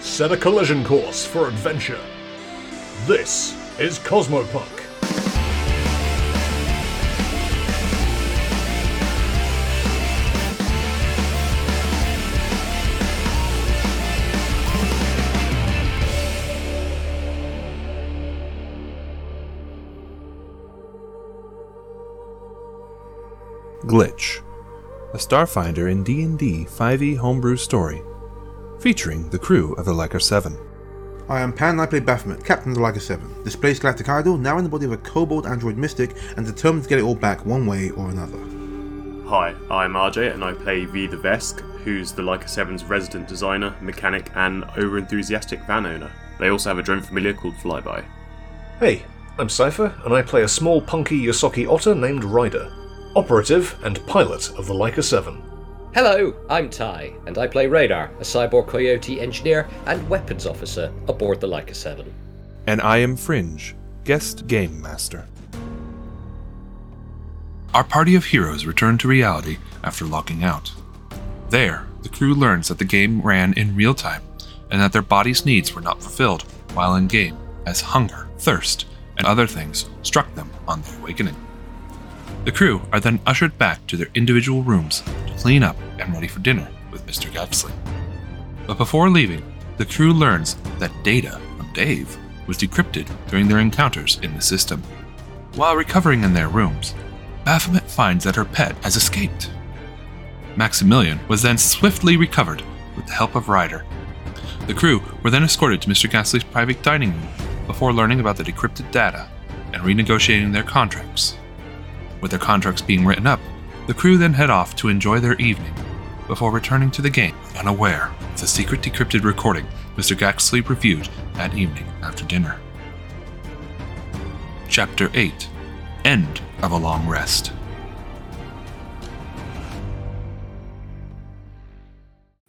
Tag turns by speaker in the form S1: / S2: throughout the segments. S1: Set a collision course for adventure. This is Cosmopunk.
S2: Glitch, a Starfinder in D&D 5e E homebrew story, featuring the crew of the Leica 7.
S3: I am Pan, I play Baphomet, Captain of the Liger 7. Displaced Galactic Idol, now in the body of a kobold android mystic, and determined to get it all back one way or another.
S4: Hi, I'm RJ and I play V the Vesk, who's the Leica 7's resident designer, mechanic, and over enthusiastic van owner. They also have a drone familiar called Flyby.
S1: Hey, I'm Cypher, and I play a small punky Yosoki otter named Ryder, operative and pilot of the Leica 7.
S5: Hello, I'm Ty, and I play Radar, a cyborg coyote engineer and weapons officer aboard the Leica 7.
S2: And I am Fringe, guest game master. Our party of heroes return to reality after logging out. There, the crew learns that the game ran in real time and that their body's needs were not fulfilled while in game, as hunger, thirst, and other things struck them on their awakening. The crew are then ushered back to their individual rooms to clean up and ready for dinner with Mr. Gapsley. But before leaving, the crew learns that data from Dave was decrypted during their encounters in the system. While recovering in their rooms, Baphomet finds that her pet has escaped. Maximilian was then swiftly recovered with the help of Ryder. The crew were then escorted to Mr. Gasly's private dining room before learning about the decrypted data and renegotiating their contracts. With their contracts being written up, the crew then head off to enjoy their evening before returning to the game, unaware of the secret decrypted recording Mr. Gaxley reviewed that evening after dinner. Chapter 8 End of a Long Rest.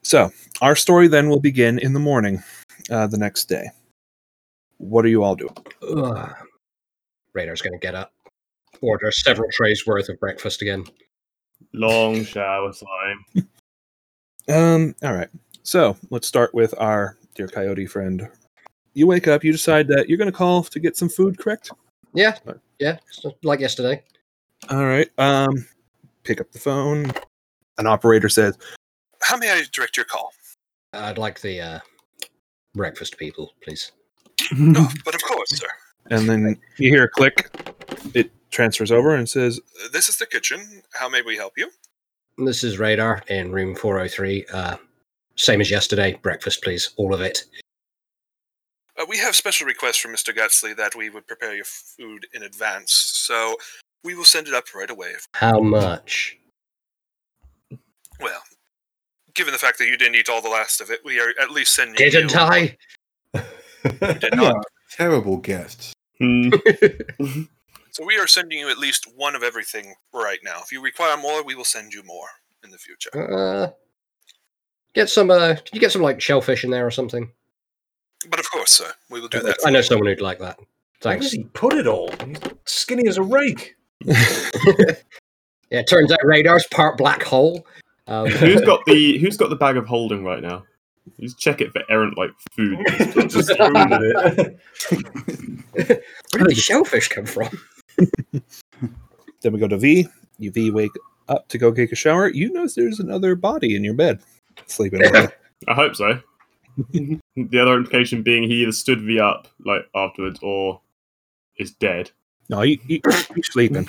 S2: So, our story then will begin in the morning uh, the next day. What are you all doing?
S5: Ugh. Radar's going to get up, order several trays worth of breakfast again.
S4: Long shower time.
S2: Um, all right. So let's start with our dear coyote friend. You wake up, you decide that you're going to call to get some food, correct?
S5: Yeah, yeah, it's like yesterday.
S2: All right. Um, pick up the phone. An operator says, How may I direct your call?
S5: I'd like the uh, breakfast people, please.
S2: and
S6: "Oh, But of course, sir.
S2: then you hear a click. It transfers over and says,
S6: This is the kitchen. How may we help you?
S5: This is Radar in room 403. Uh, same as yesterday, breakfast, please. All of it.
S6: Uh, we have special requests from Mr. Gatsley that we would prepare your food in advance, so we will send it up right away.
S5: How much?
S6: Well, given the fact that you didn't eat all the last of it, we are at least sending
S5: Didn't
S6: you-
S5: I?
S6: Did
S3: You
S6: not.
S3: are terrible guests.
S4: Hmm.
S6: So we are sending you at least one of everything right now. If you require more, we will send you more in the future.
S5: Uh, get some. Uh, can you get some like shellfish in there or something?
S6: But of course, sir, we will do that.
S5: I know someone who'd like that.
S1: Where does
S5: Thanks.
S1: he put it all? He's skinny as a rake.
S5: yeah, it turns out radar's part black hole. Um,
S4: who's got the Who's got the bag of holding right now? Just check it for errant like food. Just throw it in it.
S5: where did the shellfish come from?
S2: Then we go to V. You V wake up to go take a shower. You notice there's another body in your bed sleeping over there.
S4: I hope so. the other implication being he either stood V up like afterwards or is dead.
S2: No, you, you, you're sleeping.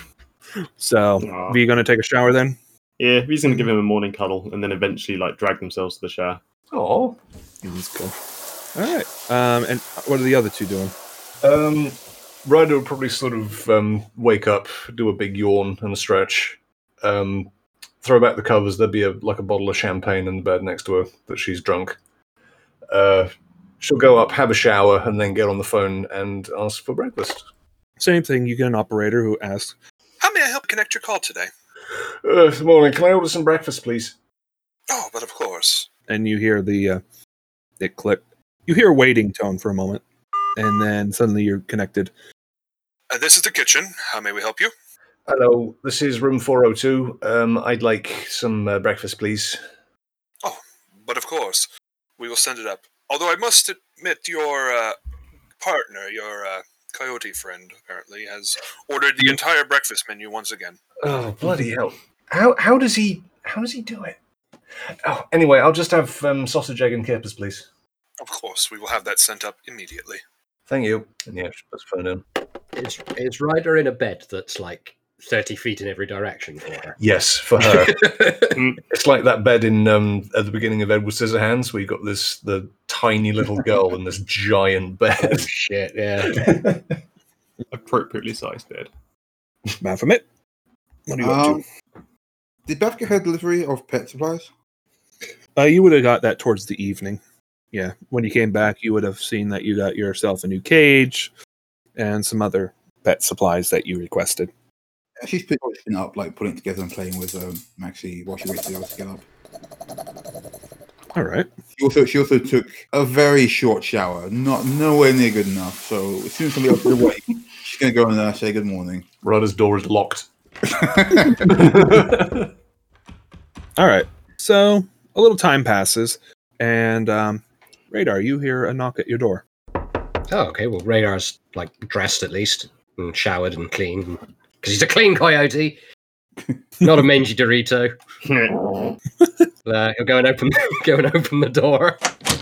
S2: So,
S4: Aw.
S2: V, you going to take a shower then?
S4: Ah. Yeah, he's gonna give him a morning cuddle and then eventually like drag themselves to the shower.
S1: Oh,
S2: Let's go. All right. Um, and what are the other two doing?
S1: Um, Ryder would probably sort of um, wake up, do a big yawn and stretch, um, throw back the covers. There'd be a, like a bottle of champagne in the bed next to her that she's drunk. Uh, she'll go up, have a shower, and then get on the phone and ask for breakfast.
S2: Same thing. You get an operator who asks,
S6: How may I help connect your call today?
S1: Uh, good morning. Can I order some breakfast, please?
S6: Oh, but of course.
S2: and you hear the uh, it click. You hear a waiting tone for a moment, and then suddenly you're connected.
S6: Uh, this is the kitchen. How may we help you?
S1: Hello, this is room 402. Um, I'd like some uh, breakfast, please.
S6: But of course, we will send it up
S2: Although I must admit, your uh, partner, your uh, coyote friend, apparently has ordered the entire breakfast menu once again.
S1: Oh bloody hell! How how does he how does he do it? Oh, anyway, I'll just have um, sausage, egg, and capers, please.
S2: Of course, we will have that sent up immediately.
S1: Thank you. And yeah, she puts the phone down.
S5: Is, is Ryder in a bed that's like 30 feet in every direction for her? Oh,
S1: Yes, for her. it's like that bed in um, at the beginning of Edward Scissorhands, where you got this the tiny little girl and this giant bed.
S5: Shit, yeah.
S4: Appropriately sized bed.
S2: Man from it. What
S3: Um, did Beth get her delivery of pet supplies?
S6: Uh, you would have got that towards the evening. Yeah, when you came back, you would have seen that you got yourself a new cage and some other pet supplies that you requested.
S3: Yeah, She's picking everything up, like putting it together and playing with um, Maxie while she waits for the others to get up.
S6: All right.
S3: She also she also took a very short shower, not nowhere near good enough. So as soon as somebody else is awake, she's gonna go in there and say good morning.
S1: Ryder's door is locked.
S6: All right. So a little time passes, and um, Radar, you hear a knock at your door.
S5: Oh, okay. Well, Radar's like dressed at least and showered and clean because he's a clean coyote, not a mangy Dorito. Uh, he'll go and open go and open the door.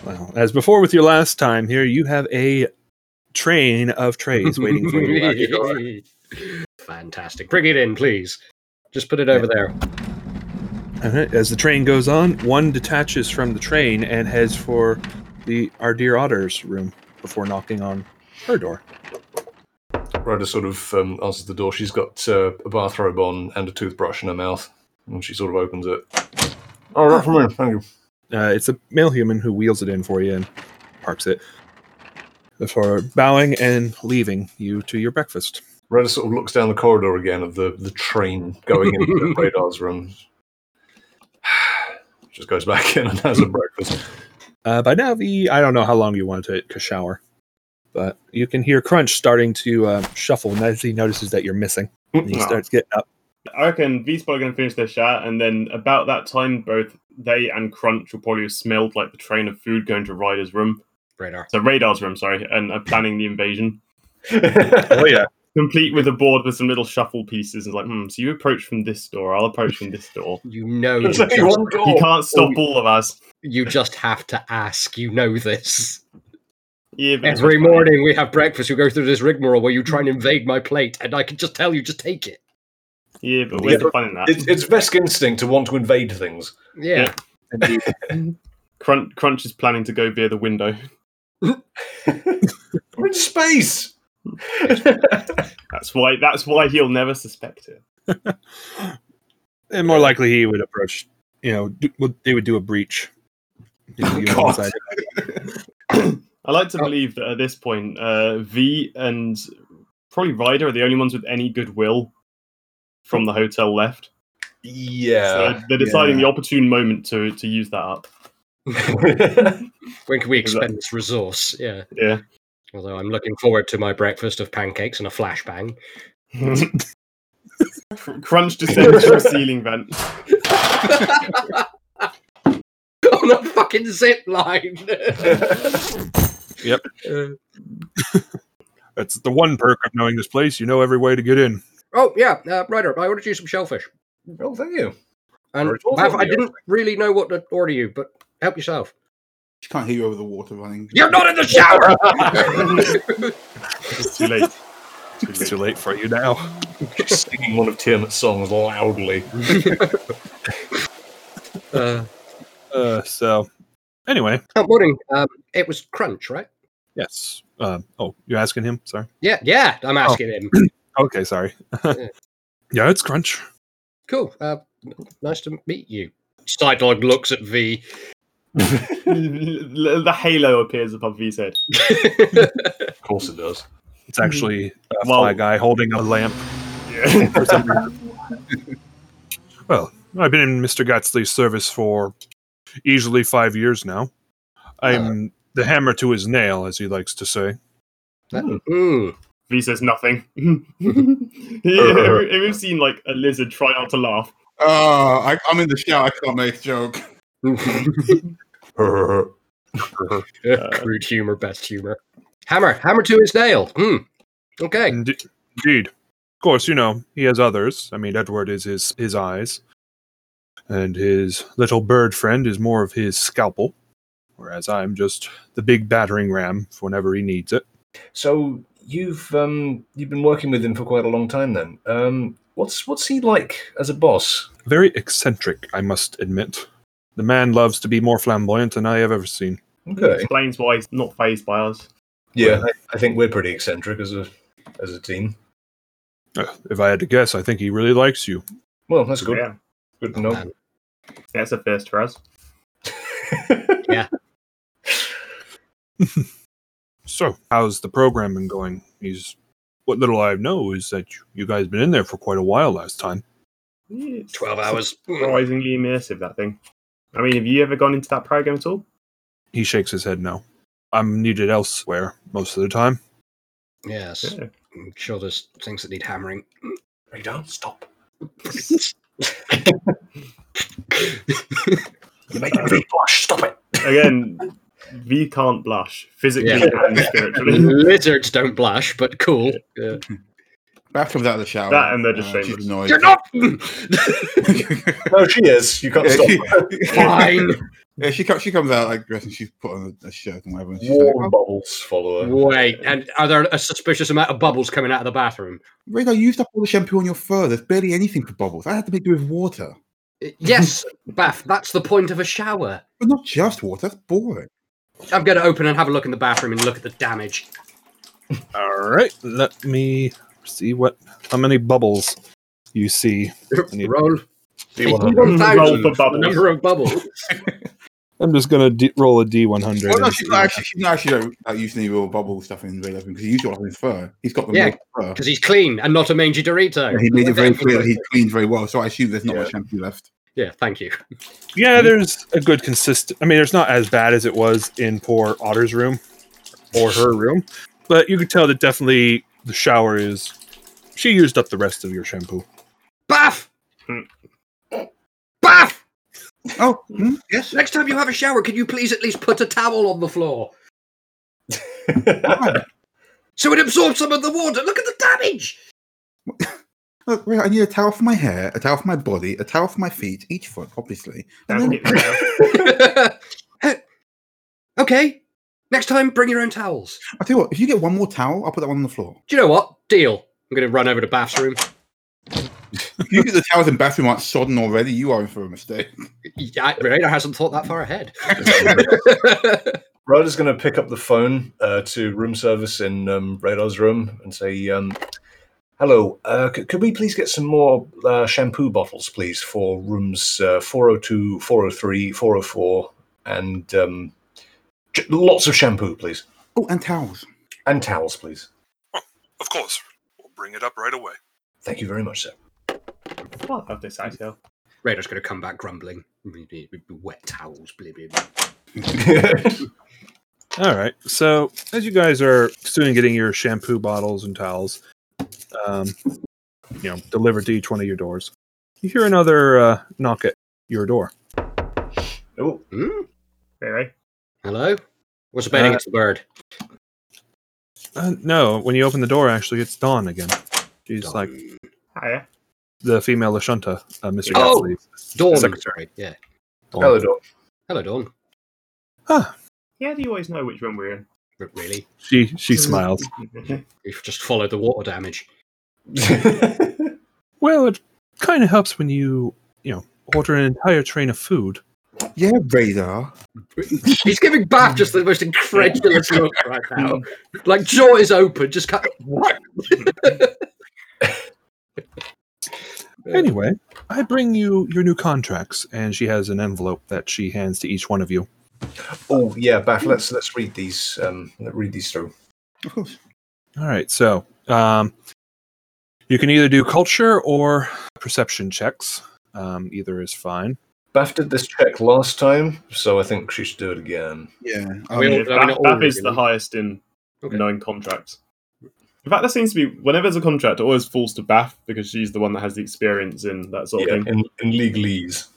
S6: Well, as before with your last time here, you have a train of trays waiting for you. at your door.
S5: Fantastic. Bring it in, please. Just put it over there.
S6: All right, Uh-huh, As the train goes on, one detaches from the train and heads for the our dear otter's room before knocking on her door.
S1: Rhoda sort of um, answers the door. She's got uh, a bathrobe on and a toothbrush in her mouth, and she sort of opens it. Oh, right from me. Thank you.
S6: Uh, it's a male human who wheels it in for you and parks it before bowing and leaving you to your breakfast.
S1: Rhoda sort of looks down the corridor again of the, the train going into Radar's room. Just goes back in and has a breakfast.
S6: Uh, by now, the I don't know how long you want to take a shower, but you can hear Crunch starting to uh, shuffle and as he notices that you're missing. And he
S4: Aw.
S6: starts getting up.
S4: I reckon V's probably going to finish their shot, and then about that time, both they and Crunch will probably have smelled like the train of food going to Ryder's room.
S5: Radar.
S4: So Radar's room, sorry, and are planning the invasion,
S6: Oh yeah,
S4: complete with a board with some little shuffle pieces. And like, hmm, so you approach from this door, I'll approach from this door.
S5: You know you
S1: There's
S5: just,
S1: only one door.
S4: You can't stop all of us.
S5: you just have to ask. You know this.
S4: Yeah, but it's
S5: Every
S4: funny.
S5: morning we have breakfast, we go through this rigmarole where you try and invade my plate, and I can just tell you, just take it.
S4: Yeah, but where's
S1: Yeah.
S4: the fun in that?
S1: It's, it's Vesk instinct to want to invade things.
S5: Yeah.
S4: Crunch, Crunch is planning to go via the window.
S1: We're in space.
S4: That's why. That's why he'll never suspect it.
S6: and more likely he would approach. You know, do, well, they would do a breach. You know,
S1: God.
S6: inside.
S4: I like to believe that at this point, uh, V and probably Ryder are the only ones with any goodwill from the hotel left.
S1: yeah.
S4: so they're deciding
S3: yeah.
S4: the opportune moment to to use that up.
S5: When can we
S4: Is that-
S5: expend this resource? Yeah.
S4: Yeah.
S5: Although I'm looking forward to my breakfast of pancakes and a flashbang.
S4: Cr- Crunch descends through a ceiling vent.
S5: On a fucking zip line.
S6: Yep.
S5: Uh,
S6: That's the one perk of knowing this place. You know every way to get in.
S5: oh yeah, uh, Ryder, I ordered you some shellfish,
S1: oh, thank you.
S5: and
S1: Or it's also
S5: Mav, I
S1: weird.
S5: didn't really know what to order you, but help yourself.
S3: She can't hear you over the water running.
S5: You're not in the shower.
S4: It's too late. Too
S6: It's
S4: late.
S6: too late for you now.
S1: Singing one of Tiamat's songs loudly.
S5: uh,
S6: Uh, so, anyway,
S5: oh, morning. Um, it was crunch, right?
S6: yes. Um, oh, you're asking him? Sorry.
S5: Yeah, yeah. I'm asking him.
S6: Okay, sorry.
S5: Yeah.
S6: yeah, it's Crunch.
S5: Cool. Uh, nice to meet you. Sidelog looks at V.
S4: L- the halo appears above V's head.
S1: Of course it does.
S6: It's actually a
S4: Well-
S6: fly guy holding a lamp. for some reason. well, I've been in Mr. Gatsley's service for easily five years now. I'm the hammer to his nail, as he likes to say.
S5: Mm.
S4: V says nothing.
S1: Oh.
S4: yeah, we've seen like a lizard try not to laugh.
S3: Ah,
S5: Hmm.
S3: Oh, I, I'm in the shower. I can't make a joke.
S1: Her-
S7: Uh,
S5: Crude humor, best humor. Hammer, hammer to his nail. Hmm. Okay.
S6: Inde- Indeed. Of course, you know, he has others. I mean, Edward is his, his eyes. And his little bird friend is more of his scalpel. Whereas I'm just the big battering ram for whenever he needs it.
S1: So you've um, you've been working with him for quite a long time then. Um, what's what's he like as a boss?
S6: Very eccentric, I must admit. The man loves to be more flamboyant than I have ever seen.
S1: Okay.
S7: Explains why he's not phased by us.
S1: Yeah, I, I think we're pretty eccentric as a as a team.
S6: Uh, if I had to guess, I think he really likes you.
S1: Well, that's good.
S7: Yeah,
S1: Good to
S5: Oh,
S1: know.
S5: man.
S7: that's a first for us.
S6: So, how's the program been going? He's what little I know is that you, you guys been in there for quite a while last time.
S7: It's
S5: 12 hours.
S7: Surprisingly immersive, that thing. I mean, have you ever gone into that program at all?
S6: He shakes his head no. I'm needed elsewhere most of the time.
S5: Yes.
S7: Yeah.
S5: I'm sure there's things that need hammering.
S1: Right down. Stop. You're making me blush. Stop it.
S7: Again, V can't blush physically
S5: Yeah.
S7: and spiritually.
S5: Lizards don't blush, but cool. Yeah.
S3: Bath comes out of the shower.
S7: That and they're just
S3: Uh, she's
S7: famous.
S3: annoyed.
S5: You're not
S1: No, she is. You can't stop. her.
S5: fine.
S3: yeah, she comes. She comes out like dressed, and she's put on a, a shirt and whatever. And she's like,
S1: Warm
S3: oh,
S1: bubbles follow her.
S5: Wait, and are there a suspicious amount of bubbles coming out of the bathroom?
S3: Rhaegar, you used up all the shampoo on your fur. There's barely anything for bubbles. I had to make do with water,
S5: Yes, Bath, that's the point of a shower.
S3: but not just water. That's boring.
S5: I'm going to open and have a look in the bathroom and look at the damage.
S6: All right, let me see what how many bubbles you see. need-
S5: Roll
S7: Roll for
S5: 1,000 for the
S7: bubbles.
S5: number of bubbles.
S6: I'm just gonna d- roll a d100.
S3: Oh no,
S6: and
S3: she's not
S6: see what-
S3: actually. She's not actually like, like, using any real bubble stuff in Ray because he used it all in his fur. He's got the
S5: Yeah,
S3: most fur.
S5: Because he's clean and not a mangy Dorito.
S3: And he made it very clear that he cleaned very well, so I assume there's not
S1: Yeah.
S3: much shampoo left.
S5: Yeah, thank you.
S6: yeah, there's a good consistent. I mean, it's not as bad as it was in poor Otter's room or her room, but you can tell that definitely the shower is. She used up the rest of your shampoo.
S5: Bath!
S7: Hmm.
S5: Bath!
S3: Oh, hmm, yes.
S5: Next time you have a shower, can you please at least put a towel on the floor so it absorbs some of the water? Look at the damage!
S3: Look, Ray, I need a towel for my hair, a towel for my body, a towel for my feet, each foot, obviously. And
S7: That's
S3: then-
S7: it for now.
S5: okay, next time bring your own towels.
S3: I tell you what, if you get one more towel, I'll put that one on the floor.
S5: Do you know what? Deal. I'm going to run over to Bath's room.
S3: If you get the towels and bathroom aren't sodden already, you are in for a mistake.
S5: Yeah, Radar hasn't thought that far ahead.
S1: Ryder's going to pick up the phone uh, to room service in um, Radar's room and say, um, "Hello, uh, c- could we please get some more uh, shampoo bottles, please, for rooms uh, 402, 403, 404, and um, j- lots of shampoo, please,
S3: Oh, and towels.
S1: and towels, please.
S8: Oh, Of course. We'll bring it up right away.
S1: Thank you very much, sir."
S7: Fuck off this ice hill.
S5: Radar's going to come back grumbling. Wet towels, blah, blah, blah.
S6: All right. So as you guys are soon getting your shampoo bottles and towels, um, you know, delivered to each one of your doors, you hear another uh, knock at your door.
S1: oh,
S5: Hmm?
S7: Really?
S5: Hello? What's betting
S6: Uh,
S5: it's a bird?
S6: Uh, no, when you open the door, actually, it's Dawn again. She's
S5: Dawn.
S6: like
S7: Hiya.
S6: the female Lashunta, uh, Mr.
S5: Oh!
S6: Gatsby.
S5: Dawn.
S6: secretary.
S5: Sorry. Yeah.
S1: hello, Doc.
S5: Hello, Dawn.
S6: Ah,
S7: Yeah, do you always know which room we're
S5: But really,
S6: she
S5: Mhm.
S6: she smiles.
S7: in?
S5: we've just followed the water damage.
S6: Well, it kind of helps when you you know order an entire train of food.
S3: Yeah, radar.
S5: He's giving Bath just the most incredulous look right now. Like jaw is open, just cut. What?
S6: Anyway, I bring you your new contracts, and she has an envelope that she hands to each one of you.
S1: oh, yeah, Bath. Let's let's read these. Um, let's read these through.
S3: Of course.
S6: All right, so um, you can either do culture or perception checks. Um, either is fine.
S1: Bath did this check last time, so I think she should do it again.
S3: Yeah.
S5: We
S3: Um,
S5: all-
S7: Yeah,
S5: I mean,
S7: Bath
S5: all
S7: Bath is the
S5: really.
S7: highest in
S5: Okay.
S7: known contracts. In fact, that seems to be whenever there's a contract, it always falls to Bath because she's the one that has the experience in that sort of
S1: Yeah,
S7: thing.
S1: in, in legalese.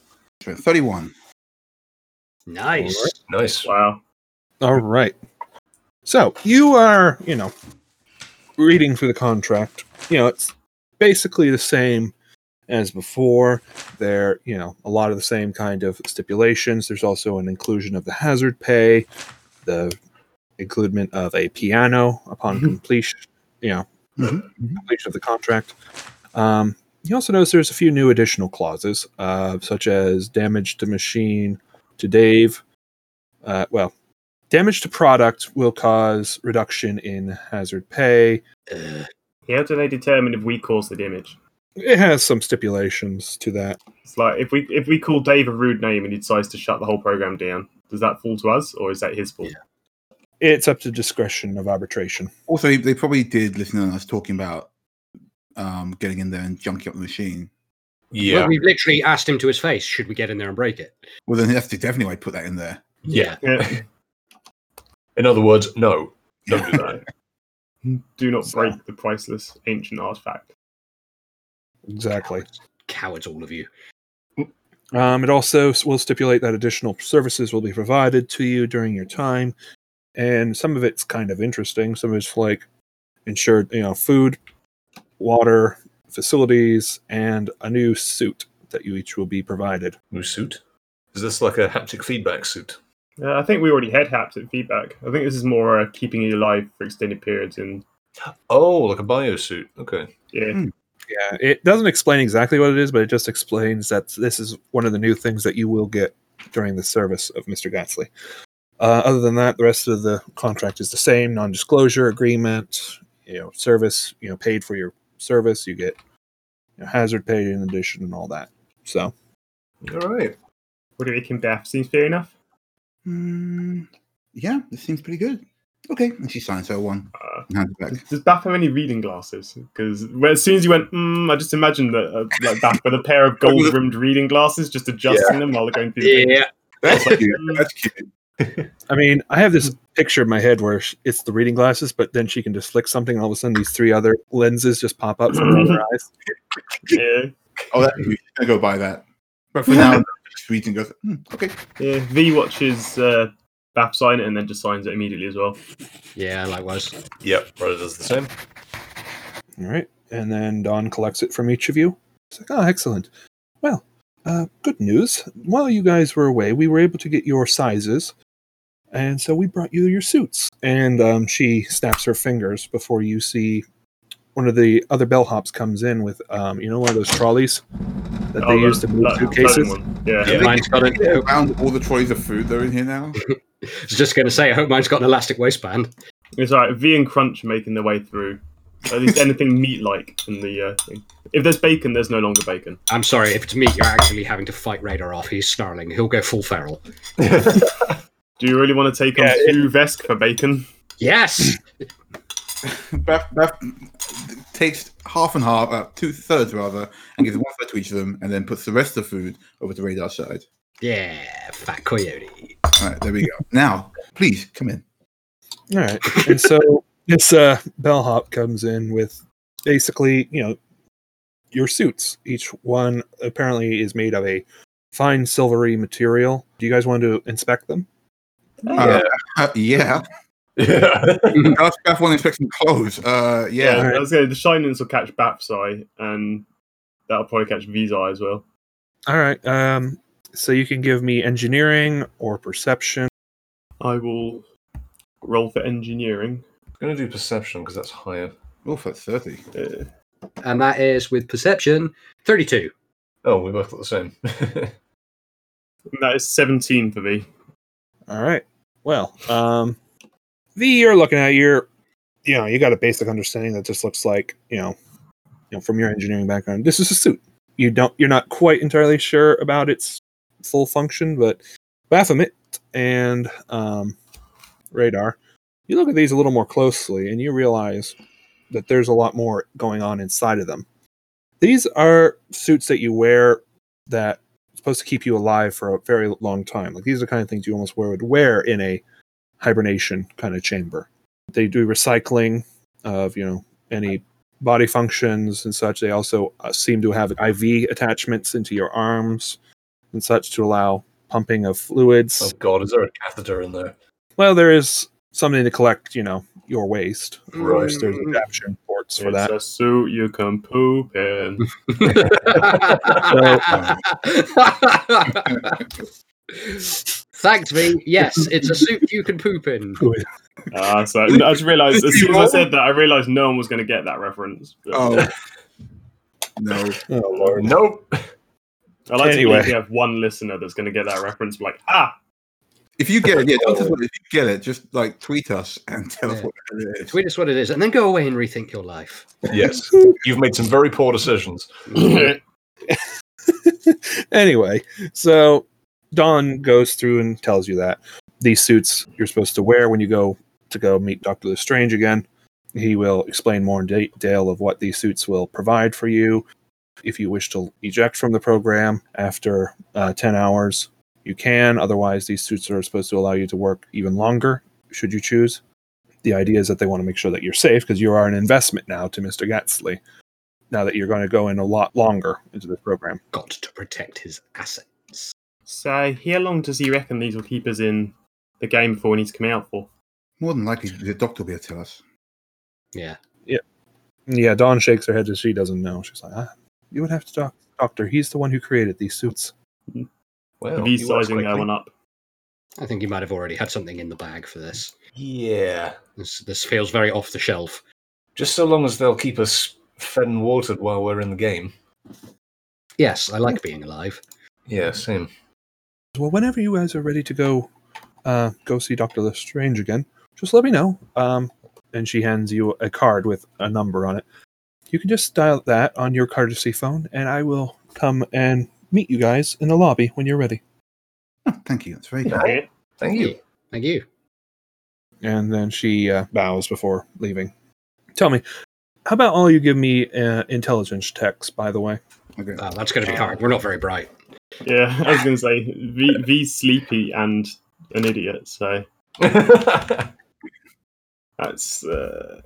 S3: 31.
S5: Nice.
S1: Nice.
S7: Wow.
S6: All right. So you are, you know, reading through the contract. You know, it's basically the same as before. There, you know, a lot of the same kind of stipulations. There's also an inclusion of the hazard pay, the inclusion of a piano upon completion. You know, completion of the contract. Um, you also notice there's a few new additional clauses, uh, such as damage to machine to Dave. Uh, well, damage to product will cause reduction in hazard pay.
S5: Uh,
S4: How do they determine if we cause the damage?
S6: It has some stipulations to that.
S4: It's like if we if we call Dave a rude name and he decides to shut the whole program down, does that fall to us or is that his fault?
S6: It's up to discretion of arbitration.
S3: Also, they probably did listen to us talking about um, getting in there and junking up the machine.
S1: Yeah.
S5: well, we've literally asked him to his face, should we get in there and break it?
S3: Well, then that's the definitely why I put that in there.
S1: Yeah.
S4: Yeah.
S1: In other words, no. Don't do that.
S4: Do not break the priceless ancient artifact.
S6: Exactly.
S5: Cowards, all of you.
S6: Um, it also s- will stipulate that additional services will be provided to you during your time, and some of it's kind of interesting. Some of it's like insured, you know, food, water, facilities, and a new suit that you each will be provided.
S1: New suit? Is this like a haptic feedback suit?
S4: Uh, I think we already had haptic feedback. I think this is more uh, keeping you alive for extended periods and
S1: Oh, like a bio suit. Okay.
S4: yeah.
S3: Hmm.
S6: Yeah, it doesn't explain exactly what it is, but it just explains that this is one of the new things that you will get during the service of Mr. Gatsley. Uh, other than that, the rest of the contract is the same: non-disclosure agreement, you know, service, you know, paid for your service, you get you know, hazard paid in addition, and all that. So,
S1: All right.
S4: What do you reckon, Beth? Seems fair enough.
S3: Mm, yeah, this seems pretty good. Okay, and she signs her one.
S4: Uh,
S3: and hands it back.
S4: Does, does Bath have any reading glasses? Because as soon as you went, mm, I just imagined that uh, like Bath with a pair of gold rimmed reading glasses, just adjusting them while going through. the-
S5: Yeah.
S3: That's cute. That's cute.
S6: I mean, I have this picture in my head where sh- it's the reading glasses, but then she can just flick something, and all of a sudden, these three other lenses just pop up from her eyes.
S4: Yeah,
S3: Oh, that's cute. I go buy that. But for now, just reads and goes, "Hmm, okay.
S4: yeah. V watches uh, Bath sign it and then just signs it immediately as well.
S5: Yeah, likewise.
S1: Yep. Rhoda does the same.
S6: All right. And then Don collects it from each of you. It's like, oh, excellent. Well, uh, good news. While you guys were away, we were able to get your sizes. And so we brought you your suits. And um, she snaps her fingers before you see one of the other bellhops comes in with, um, you know, one of those trolleys that
S4: Oh,
S6: they use to move
S4: that- that
S6: suitcases.
S4: one. Yeah.
S1: Yeah.
S5: Mine's got
S3: Can you
S5: a,
S3: Around all the trolleys of food that are in here now.
S5: I was just going to say, I hope mine's got an elastic waistband.
S4: It's all right. V and Crunch are making their way through. At least anything meat like in the uh, thing. If there's bacon, there's no longer bacon.
S5: I'm sorry, if it's me, you're actually having to fight Radar off. He's snarling. He'll go full feral.
S4: Do you really want to take
S6: Yeah,
S4: on two Vesk for bacon?
S5: Yes!
S3: Beth, Beth takes half and half, uh, two thirds rather, and gives one third to each of them, and then puts the rest of the food over to radar side.
S5: Yeah, fat coyote.
S3: All right, there we go. now, please come in.
S6: All right. And so this uh, bellhop comes in with basically, you know, your suits. Each one apparently is made of a fine silvery material. Do you guys want to inspect them?
S3: Uh, uh, yeah.
S1: Yeah.
S3: Ask Beth one inspect some clothes. Uh, yeah.
S4: Yeah,
S6: Alright.
S4: I was going. The shinings will catch Bap's eye, and that'll probably catch V's eye as well.
S6: All right. Um, so you can give me engineering or perception.
S4: I will roll for engineering.
S1: Gonna do perception because that's higher.
S3: Oh, for 30.
S4: Uh,
S5: And that is with perception 32.
S1: Oh, we both got the same.
S4: that is seventeen for V.
S6: All right. Well, um, V, you're looking at your, you know, you got a basic understanding that just looks like, you know, you know, from your engineering background, this is a suit. You don't, you're not quite entirely sure about its full function, but Baphomet and um, radar, you look at these a little more closely, and you realize that there's a lot more going on inside of them. These are suits that you wear that supposed to keep you alive for a very long time. Like these are the kind of things you almost wear, would wear in a hibernation kind of chamber. They do recycling of you know any body functions and such. They also uh, seem to have IV attachments into your arms and such to allow pumping of fluids.
S1: oh God, is there a catheter in there?
S6: Well, there is something to collect, you know, your waste. Of course,
S1: Right.
S6: there's
S5: Mm-hmm.
S6: adaptation ports for that.
S4: It's a suit you can poop in.
S5: Thanks me. Yes, it's a soup you can poop in.
S4: Ah, so I just realised as soon as I said that, I realised no one was going to get that reference. But
S3: Oh. no.
S5: Oh,
S1: Nope.
S4: I like
S6: Anyway.
S4: to think we have one listener that's going to get that reference. Like, ah,
S3: If you get it, yeah, don't tell us what it is. if you get it, just like tweet us and tell us
S5: Yeah.
S3: what it is.
S5: Tweet us what it is, and then go away and rethink your life.
S1: Yes. You've made some very poor decisions.
S6: anyway, so Don goes through and tells you that these suits you're supposed to wear when you go to go meet Doctor Strange again. He will explain more in detail of what these suits will provide for you. If you wish to eject from the program after uh, 10 hours, you can. Otherwise, these suits are supposed to allow you to work even longer, should you choose. The idea is that they want to make sure that you're safe because you are an investment now to Mr. Gatsley, now that you're going to go in a lot longer into this program.
S5: Got to protect his assets.
S4: so how long does he reckon these will keep us in the game before we need to come out for?
S3: More than likely, the doctor will be able to tell us.
S5: Yeah.
S6: Yeah, Dawn shakes her head as she doesn't know. She's like, ah, you would have to talk to the doctor. He's the one who created these suits.
S1: Well,
S4: He's
S1: you work
S4: sizing that
S1: Oh, quickly.
S4: one up.
S5: I think he might have already had something in the bag for this.
S1: Yeah.
S5: This, this feels very off the shelf.
S1: Just so long as they'll keep us fed and watered while we're in the game.
S5: Yes, I like being alive.
S1: Yeah, same.
S6: Well, whenever you guys are ready to go, uh, go see Doctor Lestrange again, just let me know. Um, and she hands you a card with a number on it. You can just dial that on your courtesy phone, and I will come and meet you guys in the lobby when you're ready.
S3: Oh, thank you. That's very good.
S1: Yeah. Thank you.
S5: Thank you.
S6: And then she uh, bows before leaving. Tell me, how about all you give me uh, intelligence checks, by the way?
S3: Okay.
S5: Oh, that's going to be hard. We're not very bright.
S4: Yeah, I was going to say V V's sleepy and an idiot. So that's uh,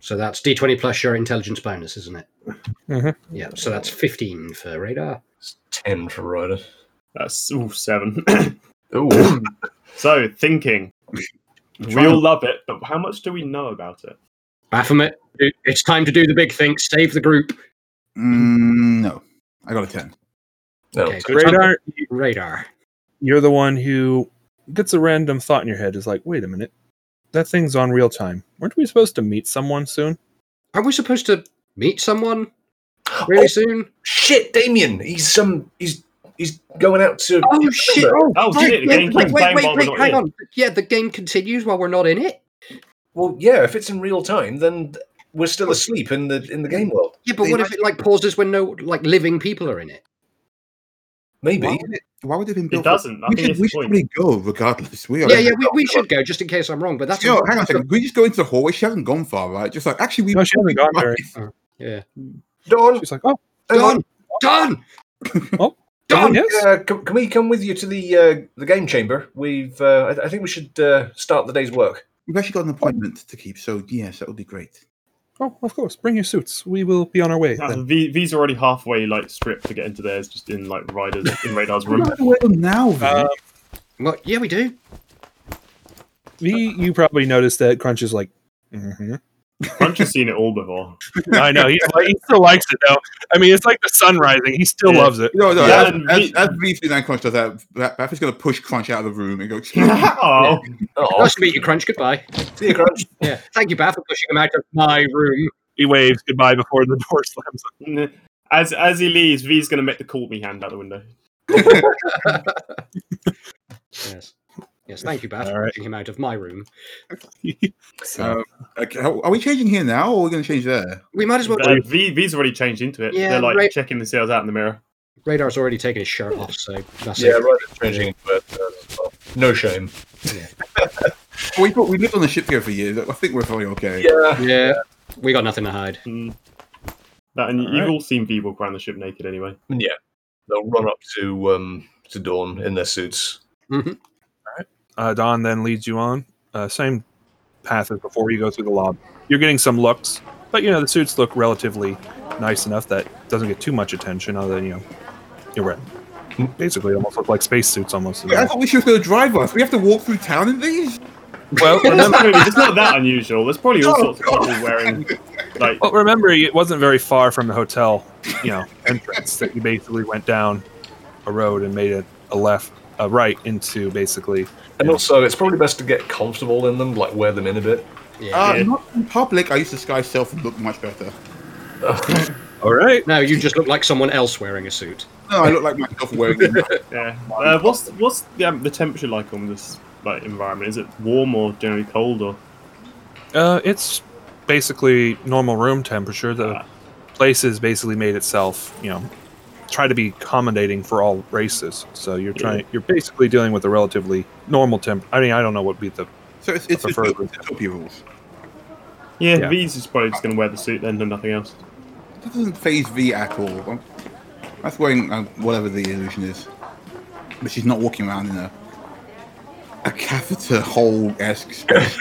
S5: So that's D20 plus your intelligence bonus, isn't it?
S6: Mhm.
S5: Yeah, so that's 15 for radar.
S1: It's 10 for Ryder.
S4: that's ooh, seven.
S1: Ooh. Oh,
S4: so thinking, we all love it, but how much do we know about it?
S5: Baphomet, do- it's time to do the big thing. Save the group.
S3: Mm, no. I got a 10.
S1: no.
S5: Okay, so it's time
S6: Radar,
S5: for radar.
S6: you're the one who gets a random thought in your head is like wait a minute that thing's on real time weren't we supposed to meet someone soon
S5: Are we supposed to meet someone really soon?
S1: Shit, Damien! He's um, he's he's going out to.
S5: Oh shit!
S4: Oh shit! The game keeps playing while we're not
S5: hang
S4: in.
S5: on. Yeah, the game continues while we're not in it.
S1: Well, yeah. If it's in real time, then we're still asleep in the in the game world.
S5: Yeah, but
S3: They
S5: what if it like pauses when no like living people are in it?
S1: Maybe.
S3: Why would it, why would it have been built?
S4: It
S3: for-
S4: doesn't. I
S3: We
S4: think
S3: should,
S4: it's
S3: we
S4: the
S3: should
S4: point.
S3: probably go regardless. We are.
S5: Yeah, yeah, we, we should go just in case I'm wrong, but that's
S3: Yo, hang on a second. We just go into the hallway. She hasn't gone far, right? Just like actually, we.
S6: no she hasn't gone there
S5: Yeah,
S1: Don,
S6: she's like oh
S1: hang on.
S5: done, done,
S6: Oh,
S5: done.
S6: yes
S1: Uh, can, can we come with you to the uh, the game chamber? We've. Uh, I, I think we should uh, start the day's work.
S3: We've actually got an appointment to keep. So yes, that would be great.
S6: oh of course bring your suits we will be on our way
S4: Uh,
S6: then.
S4: V, V's already halfway like stripped to get into theirs, just in like riders in Radar's
S3: We're
S4: room.
S3: not away now.
S6: Uh,
S3: then.
S5: Well, yeah, we do.
S6: v you probably noticed that crunch is like mhm.
S4: Crunch has seen it all before.
S6: i know he's like, he still likes it though i mean it's like the sun rising he still
S4: Yeah.
S6: loves it
S3: no, no.
S4: yeah,
S3: as,
S4: and
S3: as,
S4: we-
S3: as briefly, then Crunch does that. Ba- Bath is going to push Crunch out of the room and go. Excuse me.
S4: oh,
S1: Oh,
S5: Nice to meet you, Crunch. Goodbye.
S1: see you, Crunch.
S5: Yeah, thank you, Bath, for pushing him out of my room.
S6: he waves goodbye before the door slams
S4: N- as as he leaves, V's going to make the call me hand out the window.
S5: Yes, yes, thank you, Bath,
S6: All
S5: for
S6: right.
S5: pushing him out of my room.
S6: up so,
S3: Uh, okay, how- are we changing here now, or are we going to change there?
S5: We might as well.
S4: Uh, v, V's already changed into it.
S5: Yeah,
S4: They're like
S5: right.
S4: checking themselves out in the mirror.
S5: Radar's already taken his shirt off, so that's
S1: Yeah,
S5: it.
S1: right. it's Changing, but uh, well, no shame.
S3: We thought we lived on the ship here for years. I think we're probably okay.
S1: Yeah.
S5: Yeah, we got nothing to hide.
S4: Mm. That, and you've
S6: Alright.
S4: all seen V walk around the ship naked anyway.
S1: Yeah, they'll run up to um to Dawn in their suits.
S6: uh, Don then leads you on. Uh, same path as before you go through the lob. You're getting some looks, but you know the suits look relatively nice enough that it doesn't get too much attention. Other than you know, you're right. Basically, almost look like spacesuits almost.
S3: Wait, I thought she was going to drive us. We have to walk through town in these?
S6: Well, remember,
S4: Absolutely, it's not that unusual. There's probably
S5: Oh,
S4: all sorts of people wearing like
S6: well, remember, it wasn't very far from the hotel, you know, entrance that you basically went down a road and made a, a left, a right into basically.
S1: And also, it's probably best to get comfortable in them, like wear them in a bit.
S3: Uh,
S4: Yeah.
S3: Not in public. I used to disguise self and look much better.
S6: All right.
S5: No, you just look like someone else wearing a suit.
S3: No, I look like myself wearing it.
S4: yeah. Uh, what's what's the, um, the temperature like on this like environment? Is it warm or generally cold or?
S6: Uh, it's basically normal room temperature. The
S4: Ah.
S6: place is basically made itself, you know, try to be accommodating for all races. So you're trying, you're basically dealing with a relatively normal temp. I mean, I don't know what would be the.
S3: So it's it's, it's,
S6: prefer-
S3: it's utopia rules.
S4: Yeah,
S6: Yeah.
S4: V's is probably just going to wear the suit then and nothing else.
S3: That doesn't phase V at all. Um, That's wearing uh, whatever the illusion is. But she's not walking around in a a catheter hole esque space.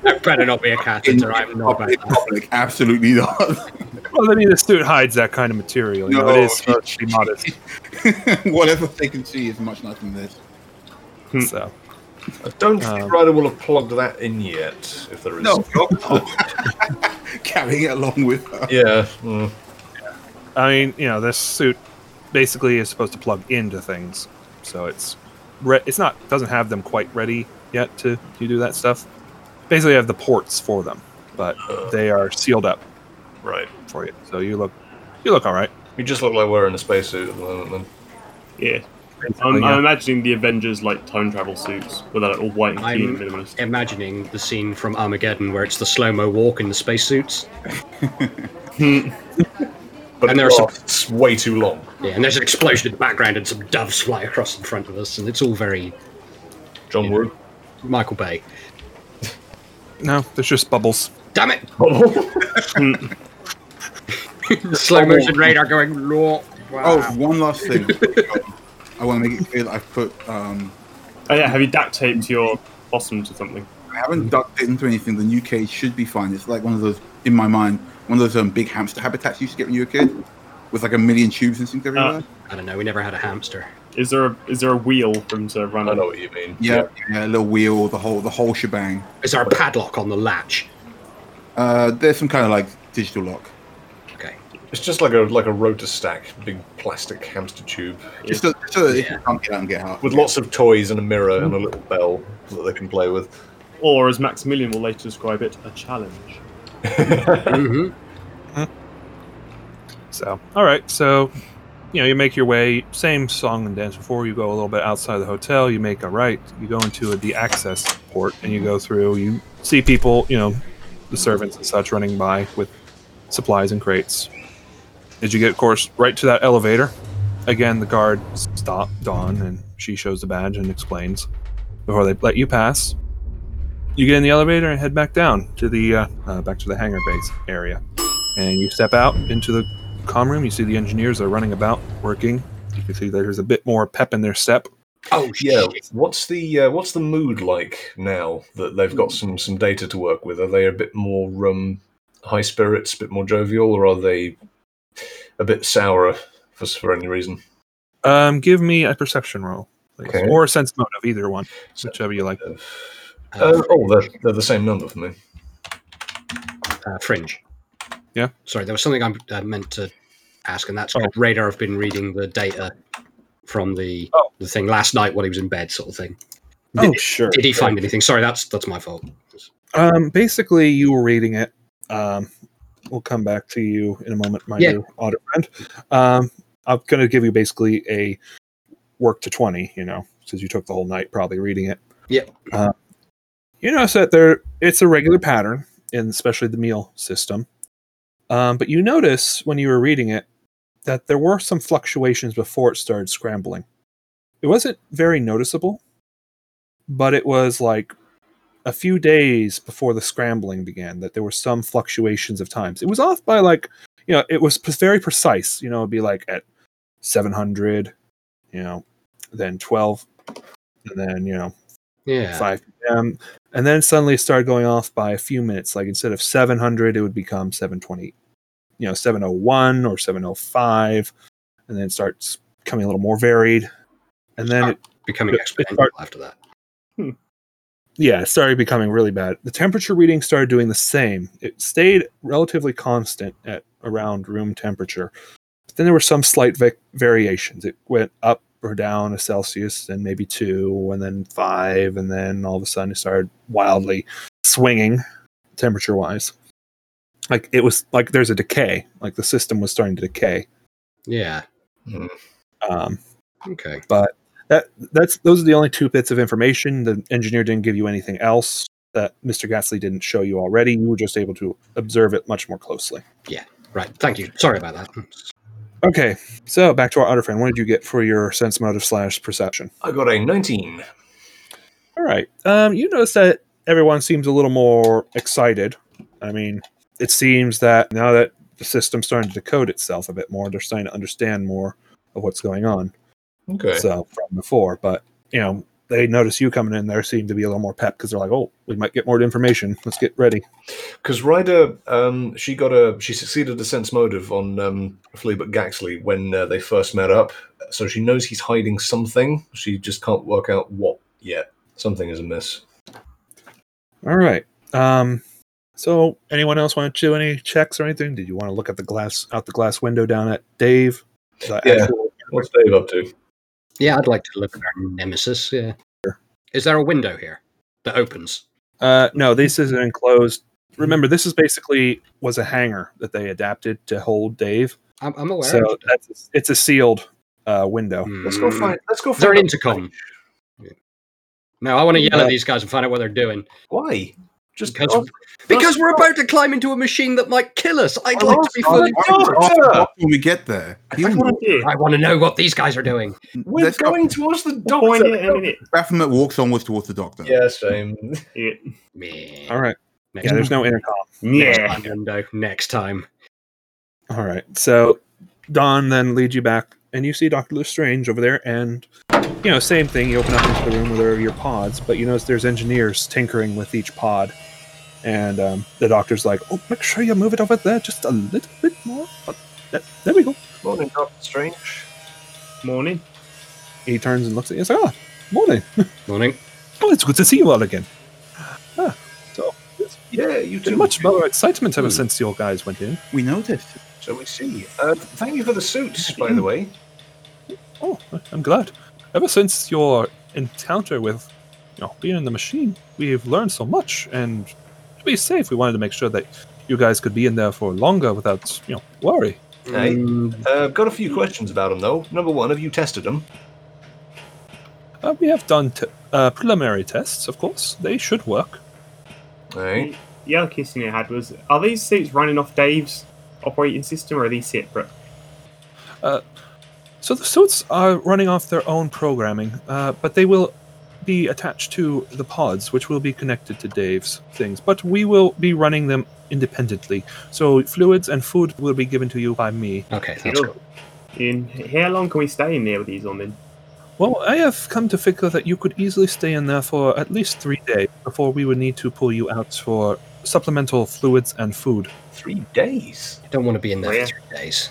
S5: That better not be a catheter. I'm not about
S3: public,
S5: that.
S3: public. Absolutely not.
S6: Well, I mean, the suit hides that kind of material. You know, it
S3: No,
S6: is
S3: she-
S6: supposed to be modest.
S3: whatever they can see is much nicer than this.
S6: So
S1: I don't think
S5: Oh.
S6: Um,
S1: Ryder will have plugged that in yet, if there is.
S3: No, carrying it along with her.
S1: Yeah. mm.
S6: I mean, you know, this suit basically is supposed to plug into things, so it's re- it's not doesn't have them quite ready yet to to do that stuff. Basically, have the ports for them, but they are sealed up
S1: Right.
S6: for you. So you look you look all right.
S1: You just look like wearing a spacesuit at the moment, then.
S4: Yeah. I'm,
S6: basically,
S4: I'm
S6: yeah.
S4: imagining the Avengers like time travel suits with that all white and clean and
S5: I'm-
S4: minimalist.
S5: Imagining the scene from Armageddon where it's the slow mo walk in the spacesuits.
S1: But and
S5: And there
S1: there
S5: are some-
S1: lasts way too long.
S5: Yeah, and there's an explosion in the background and some doves fly across in front of us, and it's all very
S1: John Woo.
S5: Michael Bay.
S6: No, there's just bubbles.
S5: Damn it! slow motion radar going raw.
S3: Oh,
S5: Wow.
S3: one last thing. I want to make it clear that I've put. Um,
S4: Oh yeah, have you duct taped your bottoms or something?
S3: I haven't ducked it into anything. The new cage should be fine. It's like one of those, in my mind, one of those um, big hamster habitats you used to get when you were a kid, with like a million tubes and things everywhere.
S5: I don't know. We never had a hamster.
S4: Is there a is there a wheel for him to run
S1: I
S4: on?
S1: know what you mean.
S3: yeah, yeah, a little wheel, the whole, the whole shebang.
S5: Is there a padlock on the latch?
S3: Uh, there's some kind of like digital lock.
S5: Okay.
S1: It's just like a like a rotor stack, big plastic hamster tube
S3: Just so, just so that
S5: Yeah.
S3: you can't get out and get out.
S1: with lots of toys and a mirror and a little bell that they can play with.
S4: Or as Maximilian will later describe it, a challenge.
S5: hmm
S6: So all right, so you know you make your way. Same song and dance before. You go a little bit outside the hotel. You make a right. You go into the access port and you go through. You see people, you know, the servants and such running by with supplies and crates. As you get, of course, right to that elevator, again the guard stop Dawn and she shows the badge and explains before they let you pass. You get in the elevator and head back down to the uh, uh, back to the hangar base area, and you step out into the comm room. You see the engineers are running about, working. You can see that there's a bit more pep in their step.
S5: Oh,
S1: Yeah.
S5: shit.
S1: What's the uh, what's the mood like now that they've got some some data to work with? Are they a bit more um, high spirits, a bit more jovial, or are they a bit sourer for s- for any reason?
S6: Um, give me a perception roll, please.
S1: Okay.
S6: or a sense motive, either one, whichever you like.
S1: Uh, oh, they're, they're the same number for me.
S5: uh, fringe.
S6: Yeah.
S5: Sorry, there was something I uh, meant to ask, and that's
S6: Oh.
S5: radar. I've been reading the data from the
S6: Oh.
S5: the thing last night while he was in bed, sort of thing.
S6: Oh, sure.
S5: Did he find anything? Sorry, that's that's my fault.
S6: Um, basically, you were reading it. Um, we'll come back to you in a moment, my
S5: Yeah.
S6: new auto friend. Um, I'm going to give you basically a work to 20, you know, since you took the whole night probably reading it.
S5: Yeah.
S6: Uh, you notice that there it's a regular pattern, in especially the meal system. Um, but you notice when you were reading it that there were some fluctuations before it started scrambling. It wasn't very noticeable, but it was like a few days before the scrambling began that there were some fluctuations of times. It was off by like, you know, it was p- very precise. You know, it'd be like at 700, you know, then 12, and then, you know,
S5: Yeah.
S6: 5 p.m. And then suddenly it started going off by a few minutes. Like instead of 700, it would become 720, you know, 701 or 705, and then it starts becoming a little more varied, and then it,
S5: becoming
S6: It- it
S5: exponential
S6: start-
S5: after that.
S6: yeah, it started becoming really bad. The temperature reading started doing the same. It stayed relatively constant at around room temperature. But then there were some slight va- variations. It went up or down a Celsius, and maybe two, and then five, and then all of a sudden it started wildly swinging temperature wise. Like it was like there's a decay. Like the system was starting to decay.
S5: Yeah.
S6: Um,
S5: Okay.
S6: that that's those are the only two bits of information the engineer didn't give you anything else that mr gatsley didn't show you already you were just able to observe it much more closely
S5: Right. Thank you. Sorry about that.
S6: okay so back to our other friend what did you get for your sense motive slash perception
S1: I got a 19.
S6: all right um you notice that everyone seems a little more excited i mean it seems that now that the system's starting to decode itself a bit more they're starting to understand more of what's going on
S1: Okay.
S6: so from before. But you know, they notice you coming in there seem to be a little more pep because they're like, "Oh, we might get more information. Let's get ready."
S1: Because Ryder, um, she got a she succeeded a sense motive on um, Fleabag Gaxley when uh, they first met up, so she knows he's hiding something. She just can't work out what yet. Something is amiss.
S6: All right. Um, so anyone else want to do any checks or anything? Did you want to look at the glass out the glass window down at Dave? The
S1: Yeah.
S6: actual-
S1: What's Dave up to?
S5: Yeah, I'd like to look at our nemesis. Yeah.
S6: Sure.
S5: Is there a window here that opens?
S6: Uh, no, this is an enclosed. Remember, this is basically was a hangar that they adapted to hold Dave.
S5: I'm, I'm
S1: Oh,
S5: aware.
S6: so
S5: of it.
S6: that's it's a sealed uh, window.
S1: Let's go
S5: Hmm.
S1: find. Let's go
S5: Is there
S1: find.
S5: an
S1: out
S5: intercom? No, I want to yell at these guys and find out what they're doing.
S1: Why? Just
S5: Because-
S1: ask-
S5: Because
S1: ask-
S5: we're about to climb into a machine that might kill us. I'd
S1: Oh,
S5: like to be
S1: oh,
S5: fully.
S1: oh,
S3: After- after When we get there, you
S4: Come on, dear.
S5: I want to know what these guys are doing.
S1: We're
S3: let's go-
S1: going towards the
S4: Point it
S1: doctor.
S4: in it.
S3: Baphomet walks onwards towards the doctor.
S1: Yeah, same.
S4: Yeah.
S5: Meh.
S6: All right.
S5: Next
S6: Yeah, there's no intercom.
S5: next
S4: Yeah.
S5: time window. Next time.
S6: All right. So Don then leads you back, and you see Doctor Lestrange over there, and you know, same thing. You open up into the room where there are your pods, but you notice there's engineers tinkering with each pod, and um, the doctor's like, "Oh, make sure you move it over there just a little bit more. Oh, that- there we go."
S1: Morning, Doctor Strange.
S4: Morning.
S6: He turns and looks at you. and says, "Ah, morning.
S5: Morning.
S6: Oh, it's good to see you all again. Ah, so there's
S1: Yeah, you too.
S6: been much more excitement ever
S3: Hmm.
S6: since you guys went in.
S3: We noticed.
S1: So we see. Uh, thank you for the suits, by the way.
S6: Oh, I'm glad. Ever since your encounter with, you know, being in the machine, we've learned so much, and to be safe, we wanted to make sure that you guys could be in there for longer without, you know, worry.
S1: Hey.
S5: Mm,
S1: Uh, got a few questions about them, though. Number one, have you tested them?
S6: Uh, we have done t- uh, preliminary tests, of course. They should work.
S1: All right.
S4: The other question I had was Are these suits running off Dave's operating system or are these separate?
S6: So the suits are running off their own programming, uh, but they will be attached to the pods, which will be connected to Dave's things. But we will be running them independently. So fluids and food will be given to you by me.
S5: Okay, that's cool.
S4: In how long can we stay in there with these on then?
S6: Well, I have come to figure that you could easily stay in there for at least three days before we would need to pull you out for supplemental fluids and food.
S1: Three days.
S5: I don't want to be in
S1: Oh,
S5: there
S4: Yeah.
S5: for three days.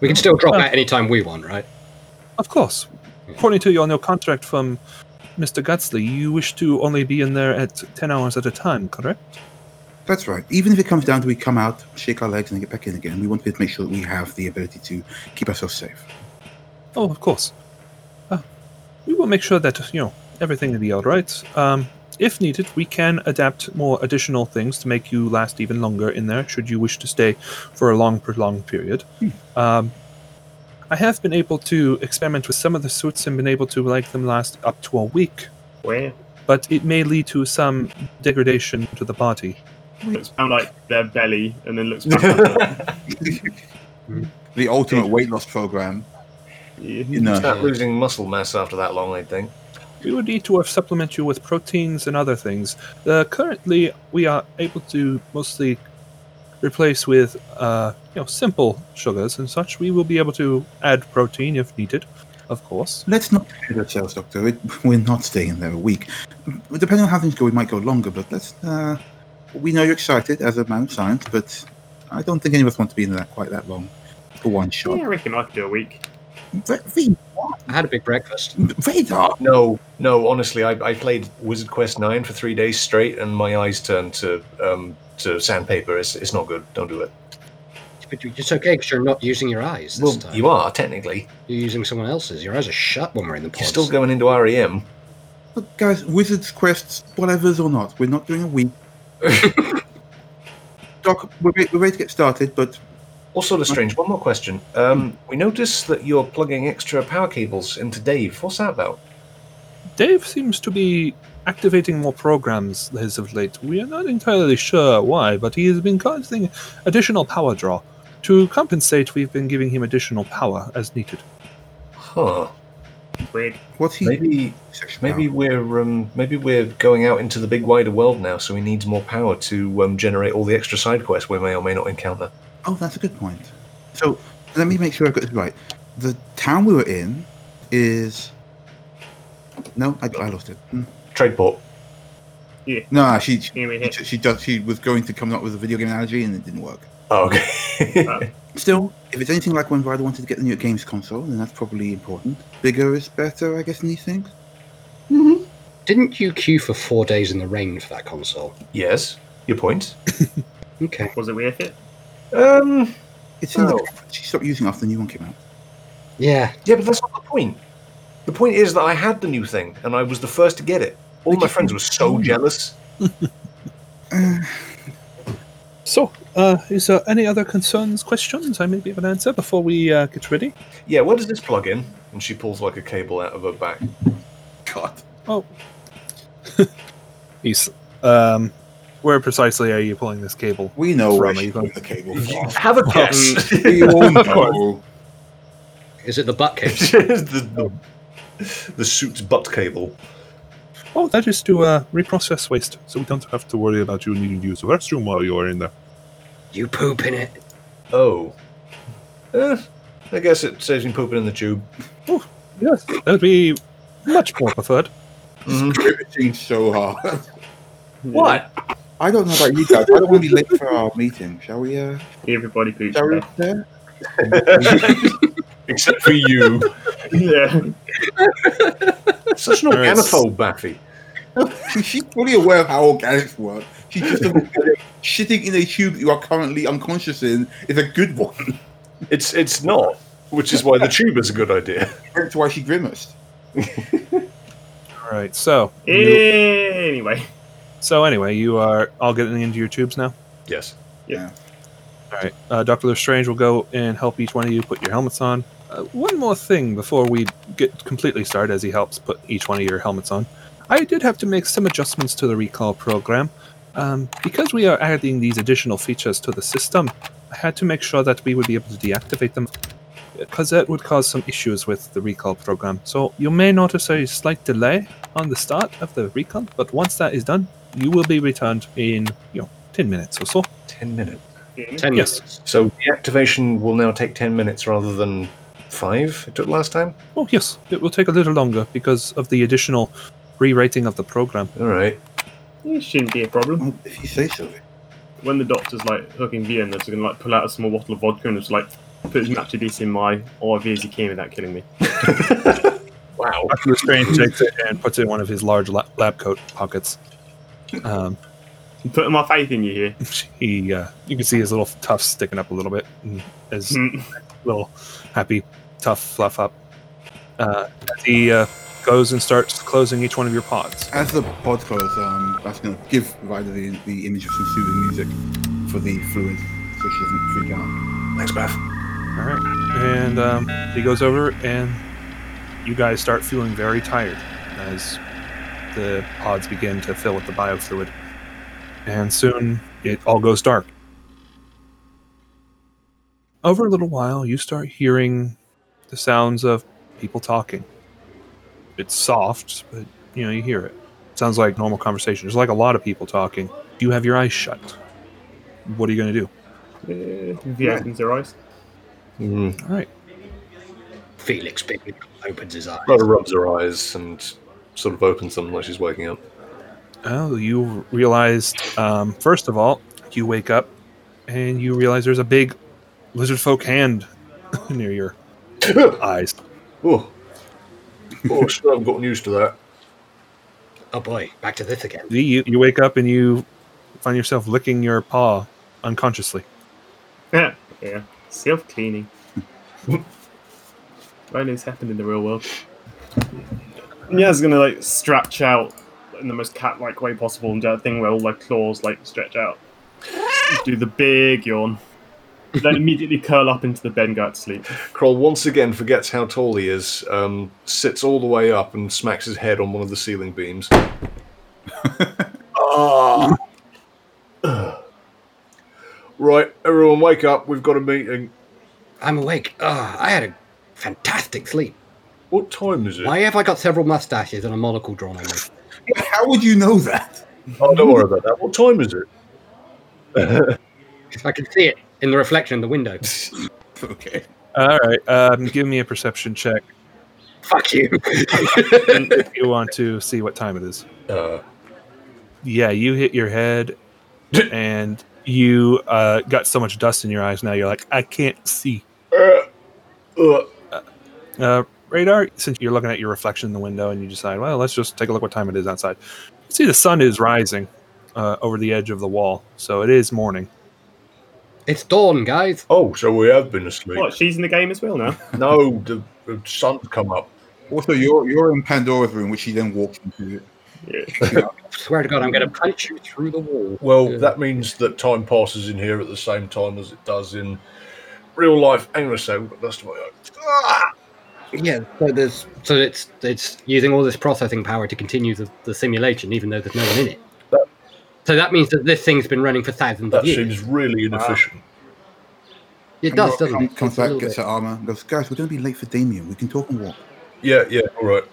S5: We can still drop
S6: Oh.
S5: out anytime we want, right?
S6: Of course, according to your new contract from Mr. Gatsley, you wish to only be in there at 10 hours at a time, correct?
S3: That's right. Even if it comes down to we come out, shake our legs, and get back in again, we want to make sure that we have the ability to keep ourselves safe.
S6: Oh, of course. Uh, we will make sure that, you know, everything will be all right. Um, if needed, we can adapt more additional things to make you last even longer in there, should you wish to stay for a long, prolonged period. Um, I have been able to experiment with some of the suits and been able to make them last up to a week,
S4: Where?
S6: but it may lead to some degradation to the body.
S4: Looks down like their belly and then looks back up.
S3: The ultimate weight loss program.
S4: Yeah.
S3: You know,
S1: Start losing muscle mass after that long, I think.
S6: We would need to supplement you with proteins and other things. Uh, currently, we are able to mostly replace with uh, you know simple sugars and such. We will be able to add protein if needed, of course.
S3: let's not kid ourselves, Doctor. It, we're not staying there a week. Depending on how things go, we might go longer, but let's. Uh, we know you're excited as a man of science, but I don't think any of us want to be in there quite that long for one
S4: Yeah,
S3: shot.
S4: I reckon I could do a week.
S3: Very,
S5: I had a big breakfast.
S3: very dark.
S1: No, no. Honestly, I, I played Wizard Quest Nine for three days straight, and my eyes turned to um, to sandpaper. It's, it's not good. Don't do it.
S5: But you- it's okay because you're not using your eyes this
S1: Well,
S5: time.
S1: you are technically.
S5: You're using someone else's. Your eyes are shut when we're in the pod.
S1: You're still going into E REM.
S3: Look, guys, Wizards Quests, whatever's or not, we're not doing a week. Doc, we're ready, we're ready to get started, but
S1: Also, Lestrange, one more question. Um, we noticed that you're plugging extra power cables into Dave. What's that about?
S6: Dave seems to be activating more programs as of late. We are not entirely sure why, but he has been causing additional power draw. To compensate, we've been giving him additional power as needed.
S1: Huh?
S4: Weird.
S3: what's he?
S1: Maybe, maybe we're um, maybe we're going out into the big wider world now, so he needs more power to um, generate all the extra side quests we may or may not encounter.
S3: Oh, that's a good point. So let me make sure I've got this right. The town we were in is. No, I, I lost it. Hmm.
S1: Tradeport.
S3: No, she she,
S4: Anyway, here.
S3: she does. She was going to come up with a video game analogy, and it didn't work.
S1: Oh, okay.
S4: Ah.
S3: Still, if it's anything like when Ryder wanted to get the new games console, then that's probably important. Bigger is better, I guess, in these things.
S5: Didn't you queue for four days in the rain for that console?
S1: yes, your point.
S5: Okay.
S4: Was it worth it?
S1: Um,
S3: It's in the
S1: Oh.
S3: she stopped using it after the new one came out.
S5: Yeah.
S1: yeah, but that's not the point. The point is that I had the new thing, and I was the first to get it. All
S3: But
S1: my
S3: you-
S1: friends were so jealous.
S6: So, uh, is there any other concerns, questions I may be able to answer before we uh, get ready?
S1: Yeah, where does this plug in? And she pulls like a cable out of her back.
S3: God,
S6: Oh. He's, um, where precisely are you pulling this cable?
S3: we know where
S6: From
S3: she's
S6: you.
S3: going the cable. from.
S1: Have a guess.
S3: we all know.
S5: Is it the butt case?
S1: the, the, the suit's butt cable.
S6: Oh, that is to uh, reprocess waste, so we don't have to worry about you needing to use the restroom while you are in there.
S5: you poop in it.
S1: Oh. Eh, I guess it saves me pooping in the tube.
S6: Yes, that would be much more preferred.
S1: Mm-hmm.
S3: Riveting so hard.
S1: What?
S3: I don't know about you guys. I don't want to be late for our meeting. Shall we? Uh,
S4: Everybody poops.
S3: shall we?
S4: there.
S3: Uh,
S1: Except for you.
S4: yeah.
S1: Such an
S6: There is-
S1: organophobe, Baffy.
S3: She's fully aware of how organics work. She's just doesn't get it. shitting in a tube that you are currently unconscious in is a good one.
S1: It's it's not, which is why the tube is a good idea.
S3: That's why she grimaced.
S6: Right, so.
S4: Eh.
S6: you-
S4: Anyway.
S6: so, anyway, you are all getting into your tubes now?
S1: Yes.
S6: All right, uh, Doctor Lestrange will go and help each one of you put your helmets on. Uh, one more thing before we get completely started, as he helps put each one of your helmets on. I did have to make some adjustments to the recall program. Um, because we are adding these additional features to the system, I had to make sure that we would be able to deactivate them, because that would cause some issues with the recall program. So you may notice a slight delay on the start of the recall, but once that is done, you will be returned in you know 10 minutes or so.
S1: Ten minutes.
S5: Ten
S6: Yes.
S5: minutes.
S1: So deactivation will now take ten minutes rather than five it took last time?
S6: Oh, yes, it will take a little longer because of the additional re rating of the program.
S1: Alright.
S4: It shouldn't be a problem.
S3: Oh, if you say so.
S4: When the doctor's like hooking V in, they're just gonna like pull out a small bottle of vodka and just like put as much of this in my IV as he can without killing me.
S1: Wow.
S6: Dr. Lestrange takes it and puts it in one of his large la- lab coat pockets. Um,
S4: I'm putting my faith in you here.
S6: he, uh, you can see his little tufts sticking up a little bit, and his
S4: Mm.
S6: little happy tuff fluff up. Uh, as he uh, goes and starts closing each one of your pods.
S3: As the pod closes, um, that's going to give Ryder the, the image of some soothing music for the fluid so she doesn't freak out.
S1: Thanks, Baff.
S6: All right, and um, he goes over, and you guys start feeling very tired as the pods begin to fill with the biofluid, and soon it all goes dark. Over a little while, you start hearing the sounds of people talking. It's soft, but you know you hear it. Sounds like normal conversation. There's like a lot of people talking. You have your eyes shut. What are you going to do?
S4: Uh, V opens her eyes.
S1: Mm.
S6: All right.
S5: Felix big opens his eyes.
S1: Rhoda rubs her eyes and sort of opens them like she's waking up.
S6: Oh, you realized, um, first of all, you wake up and you realize there's a big lizard folk hand near your eyes.
S1: Oh, oh sure, I've gotten used to that.
S5: Oh boy, back to this again.
S6: You, you wake up and you find yourself licking your paw unconsciously.
S4: yeah, yeah. Self cleaning. Only it's happened in the real world. Nia's gonna like stretch out in the most cat like way possible and do that thing where all their claws like stretch out. Do the big yawn. Then immediately curl up into the bed and go out to sleep.
S1: Kroll once again forgets how tall he is, um, sits all the way up, and smacks his head on one of the ceiling beams. Ah. Ugh. Right, everyone, wake up. We've got a meeting.
S5: I'm awake. Ah, I had a fantastic sleep.
S1: What time is it?
S5: Why have I got several mustaches and a monocle drawn on me?
S3: How would you know that?
S1: Oh, don't worry about that. What time is it?
S5: I can see it in the reflection in the window.
S3: Okay.
S6: All right. Um, give me a perception check
S5: Fuck you.
S6: if you want to see what time it is.
S1: Uh,
S6: Yeah, you hit your head and you uh, got so much dust in your eyes now you're like, I can't see.
S1: uh,
S6: Uh, radar, since you're looking at your reflection in the window and you decide, well, let's just take a look what time it is outside. You see the sun is rising uh, over the edge of the wall, so it is morning.
S5: it's dawn, guys.
S1: oh, so we have been asleep.
S4: What? She's in the game as well now.
S1: No, the, the sun's come up.
S3: Also, you're you're in Pandora's room, which she then walks into.
S4: Yeah.
S5: Swear to God, I'm
S3: Mm.
S5: going to punch you through the wall.
S1: Well,
S5: Yeah.
S1: that means that time passes in here at the same time as it does in real life. Hang on a second, but that's my
S5: Yeah. So there's so it's it's using all this processing power to continue the, the simulation, even though there's no one in it.
S1: That-
S5: so that means that this thing's been running for thousands
S1: That
S5: of years.
S1: seems really inefficient.
S5: it does, doesn't
S3: Comes,
S5: it?
S3: comes
S5: It's a
S3: back,
S5: little
S3: gets
S5: bit-
S3: her armor, and goes, guys, we're going to be late for Damien. We can talk and walk.
S1: Yeah, yeah, all right.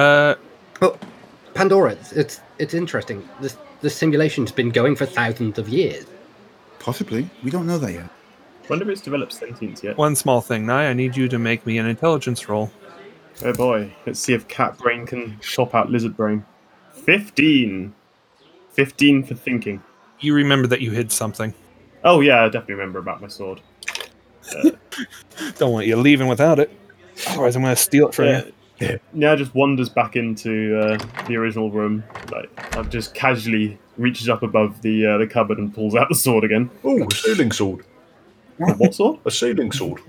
S6: Uh,
S5: But Pandora, it's, it's it's interesting. This this simulation's been going for thousands of years.
S3: Possibly. We don't know that yet.
S4: Wonder if it's developed sentience yet.
S6: one small thing, Nye, I need you to make me an intelligence roll.
S4: Oh boy. Let's see if cat brain can top out lizard brain. 15. 15 for thinking.
S6: You remember that you hid something.
S4: Oh, yeah, I definitely remember about my sword.
S6: Don't want you leaving without it. Otherwise, I'm going to steal it from
S4: Yeah.
S6: you.
S4: Now just wanders back into uh, the original room. Like, I've just casually reaches up above the uh, the cupboard and pulls out the sword again.
S1: Oh, a ceiling sword.
S4: What sword?
S1: A ceiling sword.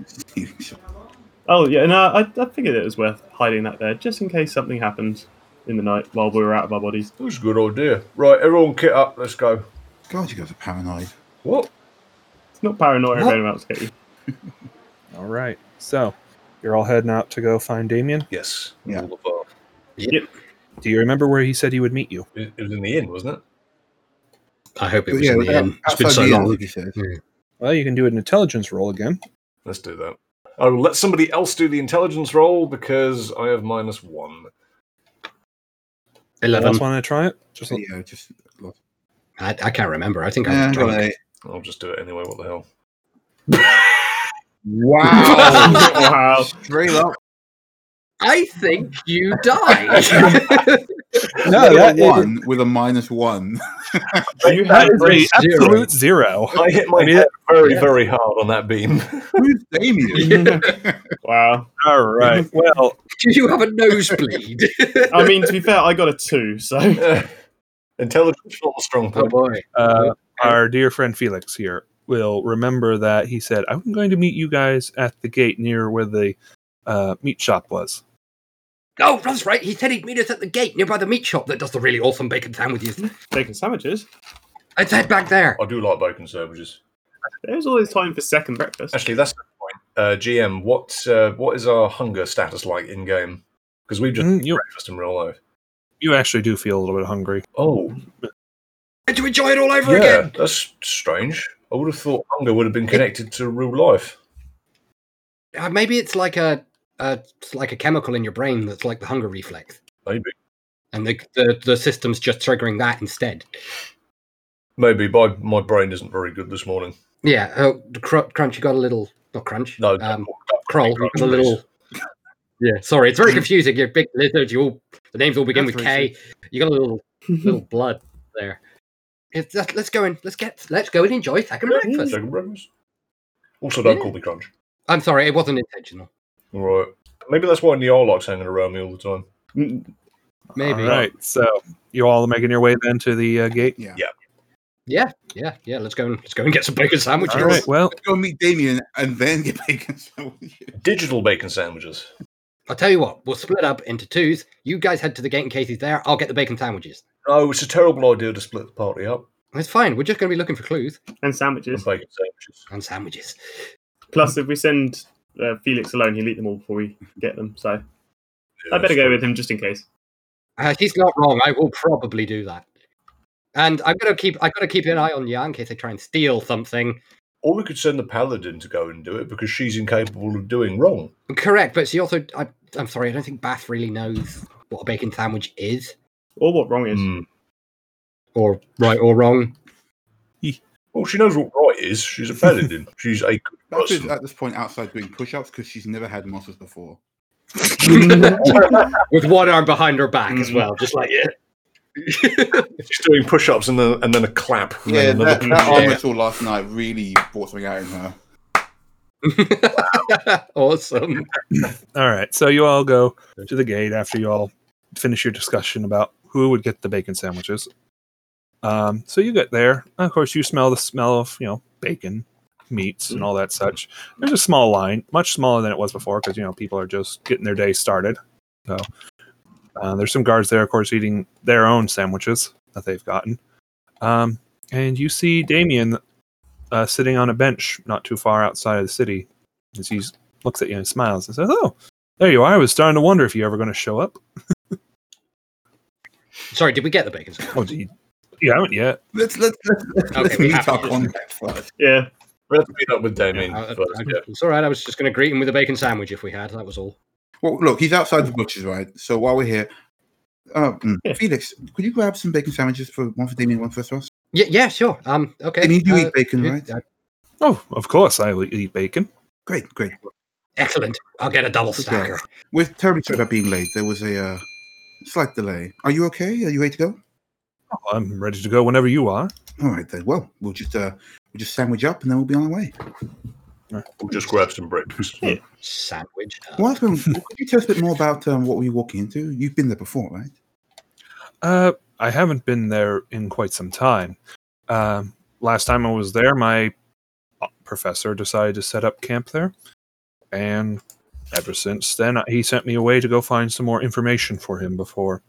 S4: Oh yeah, no, I, I figured it was worth hiding that there just in case something happened in the night while we were out of our bodies.
S1: That was a good idea. Right, everyone kit up, let's go.
S3: God, you guys are paranoid.
S1: What?
S4: It's not paranoia if
S3: What?
S4: anyone else get you.
S6: All right. So, you're all heading out to go find Damien.
S1: Yes.
S3: Yeah.
S1: All of
S6: Do you remember where he said he would meet you?
S1: It it was in the inn, wasn't it?
S5: I hope it was
S3: Yeah,
S5: in the
S3: yeah,
S5: end. It's been
S3: outside
S5: so
S3: the inn,
S5: long.
S3: he says.
S6: Well, you can do an intelligence roll again.
S1: Let's do that. I will let somebody else do the intelligence roll because I have minus one.
S5: Eleven.
S6: Else want to try it? Just
S3: So, yeah, just. eh,
S5: I, I can't remember. I think I was
S3: Yeah, I got
S5: drunk.
S3: an eight.
S1: I'll just do it anyway, what the hell.
S3: Wow.
S4: Oh, wow.
S3: Straight up.
S5: I think you died.
S6: no,
S3: With a
S6: that is,
S3: one with a minus one.
S4: You
S6: that
S4: had
S6: is
S4: brain-
S6: a absolute zero.
S1: I hit my
S6: I mean,
S1: head very, very hard on that beam.
S3: Who's Damien?
S4: Wow.
S6: All right. Well,
S5: Do you have a nosebleed?
S4: I mean, to be fair, I got a two, so
S1: Intelligence not a strong
S5: oh
S1: point.
S5: boy.
S6: uh, our dear friend Felix here will remember that he said, "I'm going to meet you guys at the gate near where the uh, meat shop was."
S5: Oh, that's right. He said he'd meet us at the gate nearby the meat shop that does the really awesome bacon sandwiches.
S4: bacon sandwiches.
S5: Let's head back there.
S1: I do like bacon sandwiches.
S4: There's always time for second breakfast.
S1: Actually, that's the point. Uh, GM, what uh, what is our hunger status like in game? Because we've just
S6: Mm, you
S1: breakfast in real life.
S6: you actually do feel a little bit hungry.
S1: Oh,
S5: And to enjoy it all over
S1: yeah,
S5: again.
S1: that's strange. I would have thought hunger would have been connected to real life.
S5: Uh, maybe it's like a, a it's like a chemical in your brain that's like the hunger reflex,
S1: Maybe,
S5: and the the, the system's just triggering that instead.
S1: maybe. My my brain isn't very good this morning.
S5: Yeah. Oh, cr- crunch. You got a little not crunch.
S1: No,
S5: Um,
S1: that-
S5: crawl. You
S1: Crunch,
S5: got a little. Yeah. Sorry, it's very confusing. You're a big lizard. You all the names all begin with K. You got a little little blood there. It's, let's let's go and let's get let's go and enjoy second breakfast.
S1: Second breakfast. Also, don't
S5: Yeah.
S1: call me Crunch.
S5: I'm sorry, it wasn't intentional.
S1: All right. Maybe that's why Neolog's hanging around me all the time.
S4: Mm,
S5: Maybe.
S6: All right. So you all making your way then to the uh, gate.
S5: Yeah, yeah, yeah. Let's go and let's go and get some bacon sandwiches.
S6: All right. Well,
S3: Go meet Damien and then get bacon sandwich.
S1: Digital bacon sandwiches.
S5: I'll tell you what, we'll split up into twos. You guys head to the gate in case he's there. I'll get the bacon sandwiches.
S1: Oh, it's a terrible idea to split the party up.
S5: It's fine. We're just going to be looking for clues
S4: And
S1: And
S4: sandwiches.
S1: bacon sandwiches.
S5: and sandwiches.
S4: Plus, if we send uh, Felix alone, he'll eat them all before we get them. So I better go with him just in case.
S5: Uh, he's not wrong. I will probably do that. And I'm gonna keep. I've got to keep an eye on Ya in case they try and steal something.
S1: Or we could send the paladin to go and do it because she's incapable of doing wrong.
S5: Correct, but she also. I, I'm sorry. I don't think Bath really knows what a bacon sandwich is,
S4: Or what wrong is.
S1: Mm.
S5: or right or wrong.
S1: Well, she knows what right is. She's a paladin. she's a good
S3: That's
S1: person.
S3: at this point outside doing push ups because she's never had muscles before.
S5: With one arm behind her back as well, just like
S1: She's doing push-ups and then and then a clap. and
S3: Yeah,
S1: then
S3: that,
S1: another
S3: that
S1: push-up.
S3: arm wrestle last night really brought something out in her.
S5: yeah. awesome.
S6: all right. So you all go to the gate after you all finish your discussion about who would get the bacon sandwiches. Um, so you get there. and Of course, you smell the smell of you know bacon, meats, and all that such. There's a small line, much smaller than it was before, because you know people are just getting their day started. So uh, there's some guards there, of course, eating their own sandwiches that they've gotten. Um, and you see Damien uh, sitting on a bench not too far outside of the city, as he looks at you and smiles and says, "Oh, there you are. I was starting to wonder if you're ever going to show up."
S5: Sorry, did we get the bacon? sandwich?
S6: Oh, do you? You haven't yet.
S3: Let's let's let's, let's,
S5: Okay,
S3: let's
S5: we
S3: meet
S5: have
S3: our
S5: to-
S3: contact first.
S4: Yeah.
S1: We'll have to meet up with Damien
S5: I- I-
S1: first.
S5: I-
S1: yeah.
S5: Uh, It's all right. I was just going to greet him with a bacon sandwich if we had. That was all.
S3: Well, look, he's outside the bushes, right? So while we're here, uh, mm,
S4: Yeah.
S3: Felix, could you grab some bacon sandwiches for one for Damien, one for us?
S5: Yeah, yeah, sure. Um, okay.
S3: Damien, you
S5: uh,
S3: eat bacon,
S5: you-
S3: right?
S5: uh,
S6: Oh, of course I will eat bacon.
S3: Great, great.
S5: excellent. I'll get a double
S3: Okay.
S5: stacker.
S3: We're terribly sorry about being late. There was a uh, slight delay. Are you okay? Are you ready to go?
S6: Oh, I'm ready to go whenever you are.
S3: All right then. Well, we'll just uh, we'll just sandwich up and then we'll be on our way.
S1: We'll just grab some breakfast.
S4: Yeah.
S5: Sandwich. uh,
S3: Well, could you tell us a bit more about um, what we're walking into? You've been there before, right?
S6: Uh, I haven't been there in quite some time. Um, last time I was there, my professor decided to set up camp there, and ever since then, he sent me away to go find some more information for him before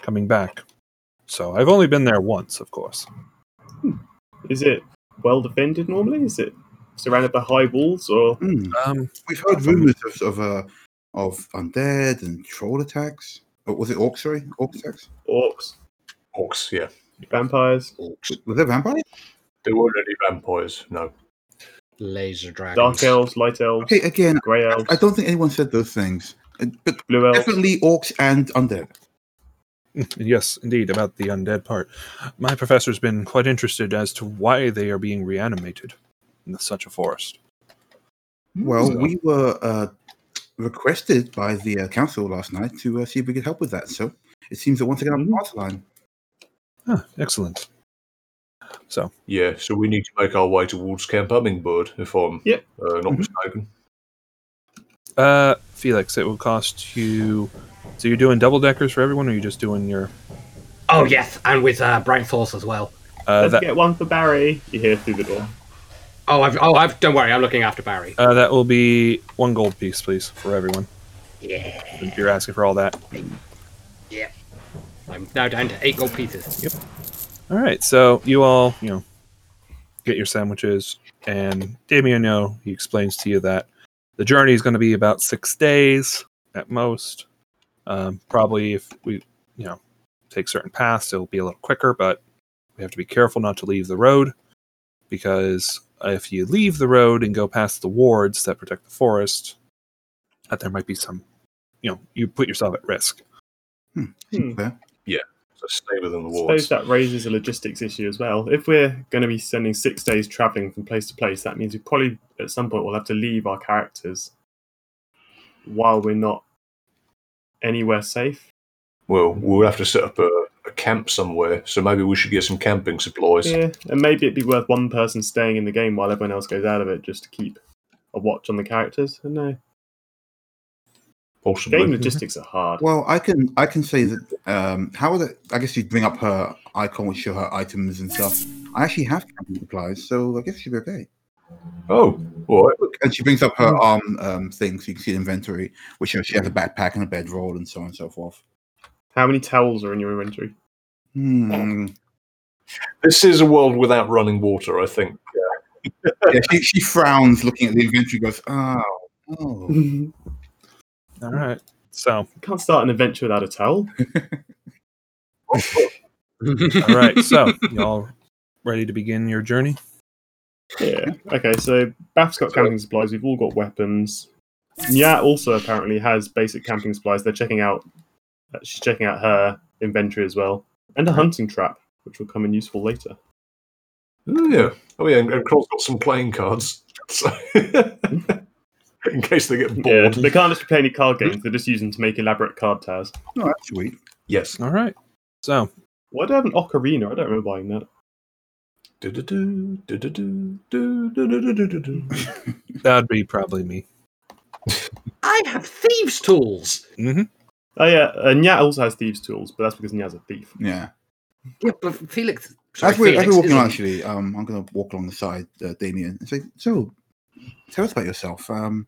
S6: coming back. So I've only been there once, of course.
S4: Is it well defended normally? Is it surrounded by high walls or
S3: Hmm.
S6: Um,
S3: We've heard rumors of of, uh, of undead and troll attacks. Or was it orcs? Sorry, orc attacks.
S4: orcs,
S1: Hawks, yeah.
S4: vampires,
S5: orcs,
S3: Were there vampires?
S1: They weren't any vampires, no.
S5: laser dragons.
S4: dark elves, light elves,
S3: Okay, again,
S4: grey elves,
S3: I don't think anyone said those things, Uh, but
S4: blue elves?
S3: definitely orcs and undead.
S6: Yes, indeed, about the undead part. My professor's been quite interested as to why they are being reanimated in such a forest.
S4: Hmm.
S3: Well,
S6: So-
S3: we were uh, requested by the uh, council last night to uh, see if we could help with that. So it seems that once again
S4: Hmm.
S3: I'm on the line.
S6: Ah, excellent. So,
S1: Yeah, so we need to make our way towards Camp Hummingbird, if I'm
S4: Yep.
S1: uh, not
S3: Mhm.
S1: mistaken.
S6: uh, Felix, it will cost you. So you're doing double deckers for everyone, or you are just doing your?
S5: Oh yes, and with uh, bright sauce as well.
S6: Uh,
S4: Don't
S6: that
S4: forget one for Barry. You hear through the door.
S5: Oh, I've, oh, I've. Don't worry, I'm looking after Barry.
S6: uh, that will be one gold piece, please, for everyone.
S5: Yeah,
S6: If You're asking for all that.
S5: yeah. I'm now down to eight gold pieces.
S6: All right, so you all, you know, get your sandwiches, and Damien, you know, he explains to you that the journey is going to be about six days at most. Um, probably if we, you know, take certain paths, it'll be a little quicker, but we have to be careful not to leave the road because if you leave the road and go past the wards that protect the forest, that there might be some, you know, you put yourself at risk.
S4: Hmm.
S3: There.
S1: So stay within the
S4: I
S1: walls.
S4: suppose that raises a logistics issue as well. If we're going to be spending six days traveling from place to place, that means we probably at some point will have to leave our characters while we're not anywhere safe.
S1: Well, we'll have to set up a, a camp somewhere, so maybe we should get some camping supplies.
S4: Yeah, and maybe it'd be worth one person staying in the game while everyone else goes out of it just to keep a watch on the characters. No,
S1: Possibly.
S4: game logistics are hard.
S3: Well, I can I can say that. Um, how would it? I guess you bring up her icon, which show her items and stuff. I actually have camping supplies, so I guess she'll be okay.
S1: Oh, all right.
S3: Look, and she brings up her arm um, thing, so you can see the inventory, which shows she has a backpack and a bedroll and so on and so forth.
S4: How many towels are in your inventory?
S3: Hmm.
S1: This is a world without running water, I think.
S3: Yeah, she, she frowns, looking at the inventory, goes, "Oh, oh."
S4: you
S6: All right. So,
S4: can't start an adventure without a towel.
S6: all right. So, y'all ready to begin your journey?
S4: Yeah. Okay, so Bath's got camping supplies. We've all got weapons. Yeah, also apparently has basic camping supplies. They're checking out. uh, She's checking out her inventory as well, and a hunting trap, which will come in useful later.
S1: Oh, yeah. Oh, yeah. And, and Kroll's got some playing cards. So in case they get
S4: Yeah,
S1: bored.
S4: they can't just play any card games. They're just using them to make elaborate card towers.
S3: No, that's sweet.
S1: Yes.
S6: All right. So,
S4: Why do I have an ocarina? I don't remember buying that.
S1: Do-do-do, do-do-do, do-do-do-do-do-do.
S6: that'd be probably me.
S5: I have thieves' tools.
S6: Mm-hmm.
S4: Oh yeah, uh, Nyat also has thieves' tools, but that's because Nyat's a thief.
S3: Yeah.
S5: Yeah, but Felix. Sorry,
S3: As we're, as
S5: Felix
S3: we're walking along,
S5: isn't.
S3: actually, um, I'm going to walk along the side, uh, Damien, and say, "So, tell us about yourself. Um,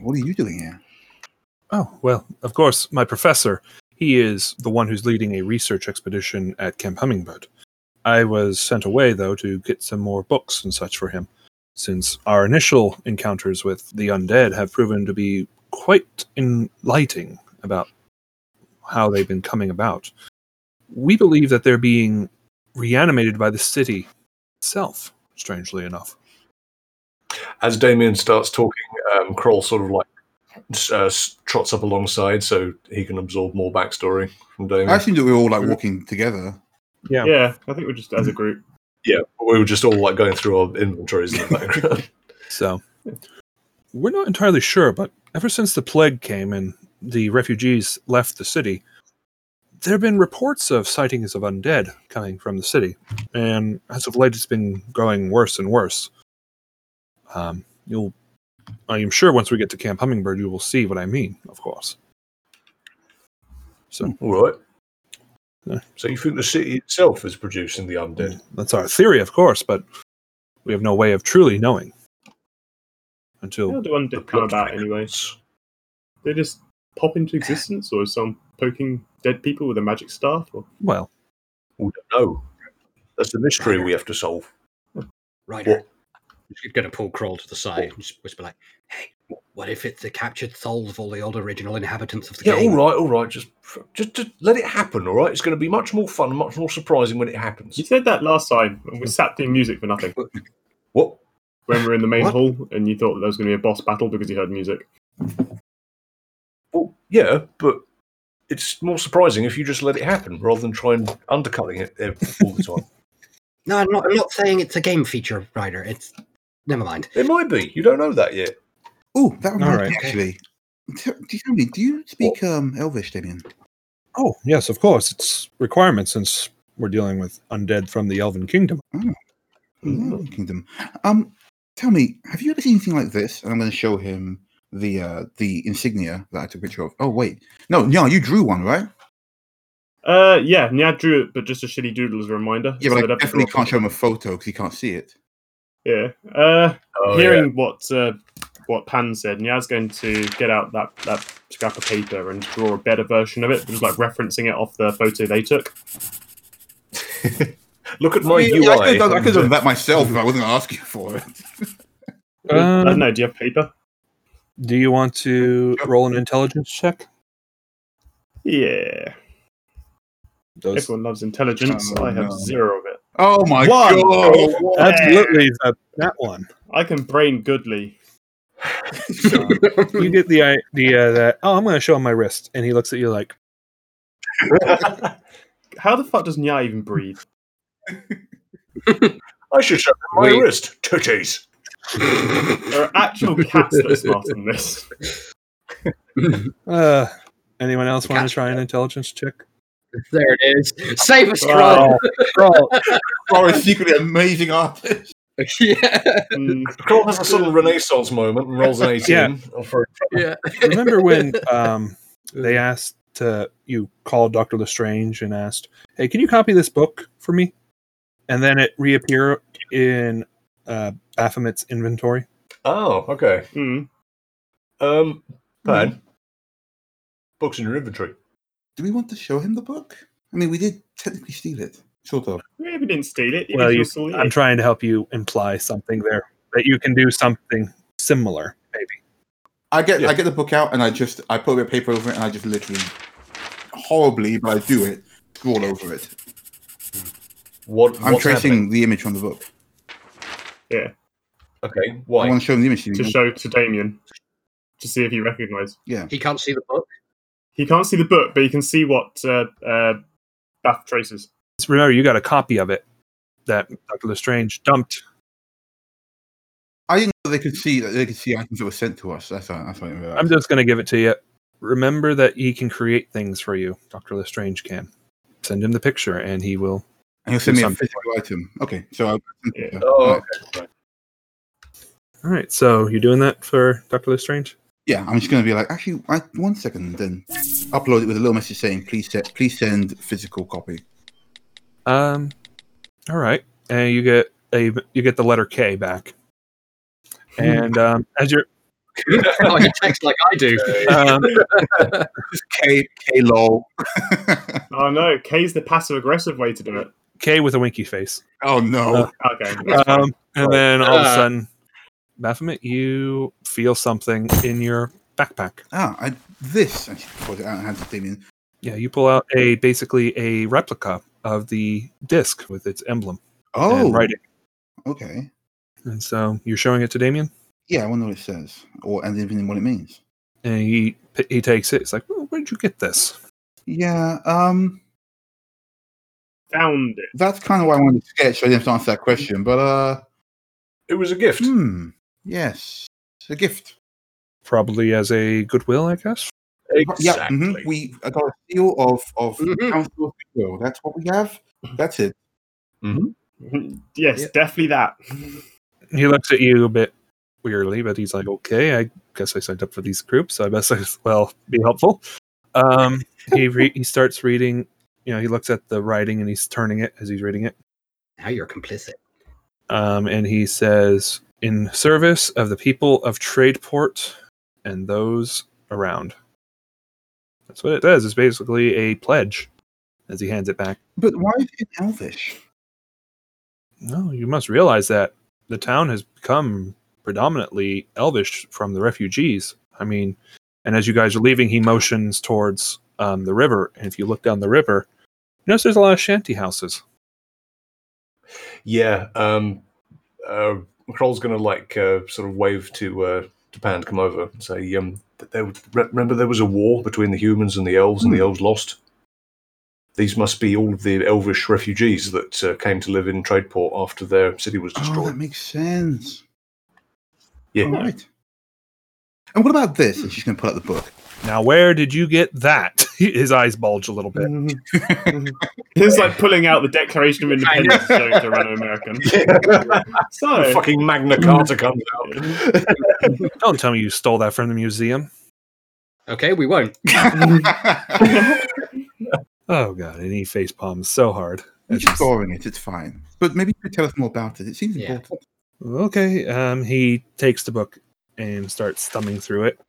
S3: what are you doing here?"
S6: Oh, well, of course, my professor, he is the one who's leading a research expedition at Camp Hummingbird. I was sent away, though, to get some more books and such for him, since our initial encounters with the undead have proven to be quite enlightening about how they've been coming about. We believe that they're being reanimated by the city itself, strangely enough.
S1: As Damien starts talking, um, Kroll sort of like s- uh, s- trots up alongside so he can absorb more backstory from Damien.
S3: I assume that we were all like walking together.
S6: Yeah.
S4: Yeah, I think we're just as a group.
S1: yeah, we were just all like going through our inventories in the background.
S6: So we're not entirely sure, but ever since the plague came and the refugees left the city, there have been reports of sightings of undead coming from the city, and as of late, it's been growing worse and worse. Um, you'll, I am sure, once we get to Camp Hummingbird, you will see what I mean, of course. So
S1: all right.
S6: Yeah.
S1: So you think the city itself is producing the undead?
S6: that's our theory, of course, but we have no way of truly knowing
S4: How
S6: until
S4: do undead come about anyway? They just pop into existence, or is some poking dead people with a magic staff? Or
S6: well,
S1: We don't know. That's the mystery we have to solve.
S5: Ryder. She's going to pull Kroll to the side and just whisper like, "Hey, what if it's the captured souls of all the old original inhabitants of the
S1: Yeah, all
S5: game?"
S1: right, all right. Just, just, just let it happen. All right, it's going to be much more fun, much more surprising when it happens.
S4: you said that last time, and we sat doing music for nothing.
S1: What?
S4: when we were in the main
S5: What?
S4: hall and you thought there was going to be a boss battle because you heard music.
S1: Well, yeah, but it's more surprising if you just let it happen rather than try and undercutting it ev- all the time.
S5: No, I'm not. I'm not saying it's a game feature, Ryder. It's never mind.
S1: it might be. You don't know that yet.
S3: Oh, that reminds
S6: right.
S3: me actually. T- Do you, tell me, do you speak um, Elvish, Damien?
S6: Oh, yes, of course. It's requirement since we're dealing with undead from the Elven Kingdom.
S4: Mm-hmm.
S3: Elven Kingdom. Um, tell me, have you ever seen anything like this? And I'm going to show him the uh, the insignia that I took a picture of. Oh wait, no, yeah, you drew one, right?
S4: Uh, yeah, Nyad drew it, but just a shitty doodle as a reminder.
S3: Yeah,
S4: so
S3: but
S4: they'd
S3: I
S4: have to
S3: definitely
S4: draw
S3: can't show him a photo because he can't see it.
S4: it. Yeah. Uh,
S1: Oh,
S4: hearing what uh, what Pan said, Nyad's going to get out that, that scrap of paper and draw a better version of it, just like referencing it off the photo they took.
S1: Look at my
S3: I, mean,
S1: UI.
S3: yeah, I could have done, I
S1: and,
S3: could've done
S1: uh,
S3: that myself if I wasn't asking for it.
S4: I don't know. Do you have paper?
S6: do you want to roll an intelligence check?
S4: Yeah.
S6: Those,
S4: Everyone loves intelligence.
S3: Oh,
S4: I have
S3: no.
S4: zero of it.
S3: Oh my
S4: One.
S3: god!
S6: absolutely, that, that one.
S4: I can brain goodly.
S6: You get the idea that, oh, I'm going to show him my wrist. And he looks at you like,
S4: How the fuck does Nyad even breathe?
S1: I should show them my
S5: We-
S1: wrist. Titties.
S4: There are actual cats that are smarter than this.
S6: uh, anyone else want
S5: Gotcha.
S6: to try an intelligence check?
S5: Oh. There it is. Save us, Kroll.
S3: Or a secretly amazing artist.
S5: yeah.
S4: Mm,
S1: Kroll has a sudden renaissance moment and rolls an 18.
S6: Yeah.
S1: Oh, for-
S5: Yeah.
S6: Remember when um, they asked uh you called Doctor Lestrange and asked, "Hey, can you copy this book for me?" And then it reappeared in uh, Baphomet's inventory.
S1: oh, okay.
S4: mm.
S1: Um, Pan,
S3: Hmm.
S1: books in your inventory.
S3: Do we want to show him the book? I mean, we did technically steal it. Sort of.
S4: Maybe we didn't steal it.
S6: Well,
S4: Well,
S6: you-
S4: you stole it.
S6: I'm trying to help you imply something there that you can do something similar, maybe.
S3: I get
S1: Yeah.
S3: I get the book out and I just I put a bit of paper over it and I just literally horribly, but I do it, scroll over it.
S1: What,
S3: I'm
S1: what's
S3: tracing
S1: happening?
S3: the image from the book.
S1: Okay,
S3: I
S1: why?
S3: want to show him the image.
S4: to show to Damien to see if he recognised.
S3: Yeah.
S5: He can't see the book.
S4: He can't see the book, but he can see what uh, uh, Bath traces.
S6: So remember, you got a copy of it that Doctor Lestrange dumped.
S3: I didn't know they could see that they could see items that were sent to us. That's what, that's what I realized.
S6: I'm just going to give it to you. Remember that he can create things for you. Doctor Lestrange can. Send him the picture, and he will.
S3: and he'll send me a
S6: do something.
S3: physical item. Okay, so I,
S4: Yeah.
S1: Oh,
S3: Alright.
S1: okay.
S6: All right. So you doing that for Doctor Lestrange?
S3: yeah, I'm just gonna be like, actually, I, one second, then upload it with a little message saying, please set, please send physical copy.
S6: Um. All right. And you get a you get the letter K back. And um, as you're
S5: Oh, he texts like I do.
S6: um,
S3: K K lol.
S4: Oh no, K's the passive aggressive way to do it.
S6: K with a winky face.
S3: oh no.
S6: Uh,
S4: Okay.
S6: Um, and then all of a
S5: Uh.
S6: sudden, Baphomet, you feel something in your backpack.
S3: ah, I, this. I should put it out in hands of Damien.
S6: Yeah, you pull out a basically a replica of the disc with its emblem
S3: Oh,
S6: and writing.
S3: Okay.
S6: And so you're showing it to Damien,
S3: Yeah, I wonder what it says, or and even what it means.
S6: and he he takes it. It's like, "Oh, where did you get this?
S3: Yeah, um,
S4: Found it.
S3: that's kind of why I wanted to sketch. So I didn't have to answer that question, but uh,
S1: It was a gift.
S3: hmm, yes, it's a gift.
S6: Probably as a goodwill, I guess.
S3: Yeah, mhm,
S1: Exactly.
S3: we I got a seal of of
S5: Mhm.
S3: council of goodwill. That's what we have. That's it.
S1: Mm-hmm.
S4: yes,
S5: Yeah.
S4: definitely that.
S6: He looks at you a bit weirdly, but he's like, "Okay, I guess I signed up for these groups, so I best as well be helpful." Um, he re- he starts reading. You know, he looks at the writing and he's turning it as he's reading it.
S5: Now you're complicit.
S6: um, and he says, "In service of the people of Tradeport and those around." That's what it says. It's basically a pledge. As he hands it back,
S3: But why is it in Elvish?
S6: no, you must realize that the town has become predominantly Elvish from the refugees. I mean, and as you guys are leaving, he motions towards um, the river, and if you look down the river, you notice there's a lot of shanty houses.
S1: Yeah. Um, uh, Kroll's gonna like uh, sort of wave to uh, to Pan to come over and say, um, that there, re- "Remember, there was a war between the humans and the elves,
S3: Hmm.
S1: and the elves lost. These must be all of the elvish refugees that uh, came to live in Tradeport after their city was
S3: Oh, that
S1: destroyed."
S3: makes sense.
S1: yeah.
S3: All right. And what about this? And she's going to put out the book.
S6: Now, where did you get that? His eyes bulge a little bit.
S4: It's like pulling out the Declaration of Independence joke to run American.
S1: The
S4: So,
S1: fucking Magna
S3: Hmm.
S1: Carta comes out.
S6: Don't tell me you stole that from the museum.
S5: Okay, we won't.
S6: Oh god, and he face palms so hard.
S3: I'm
S6: It's-
S3: just borrowing it. It's fine. But maybe you could tell us more about it. It seems
S5: Yeah.
S3: important.
S6: Okay, um, he takes the book and starts thumbing through it.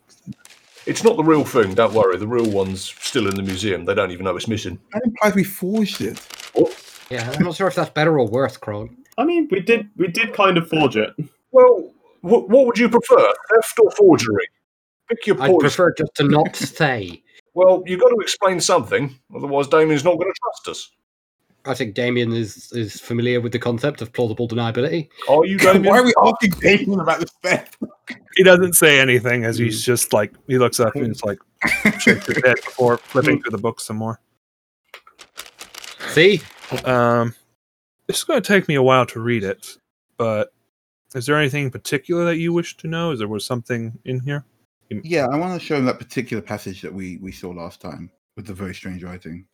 S1: it's not the real thing. Don't worry. The real one's still in the museum. They don't even know it's missing.
S3: That implies we forged it.
S5: Yeah, I'm not sure if that's better or worse, Kroll.
S4: I mean, we did we did kind of forge it.
S1: Well, wh- what would you prefer, theft or forgery? Pick your
S5: I'd
S1: poison.
S5: prefer just to not say.
S1: Well, you've got to explain something, otherwise Damien's not going to trust us.
S5: I think Damien is, is familiar with the concept of plausible deniability.
S1: Are you, Damien?
S3: Why are we asking Damien about the theft?
S6: He doesn't say anything as he's just like he looks up and it's like shakes his head before flipping through the book some more.
S5: See?
S6: Um, this is going to take me a while to read it, but is there anything in particular that you wish to know? Is there was something in here?
S3: Yeah, I want to show him that particular passage that we, we saw last time with the very strange writing.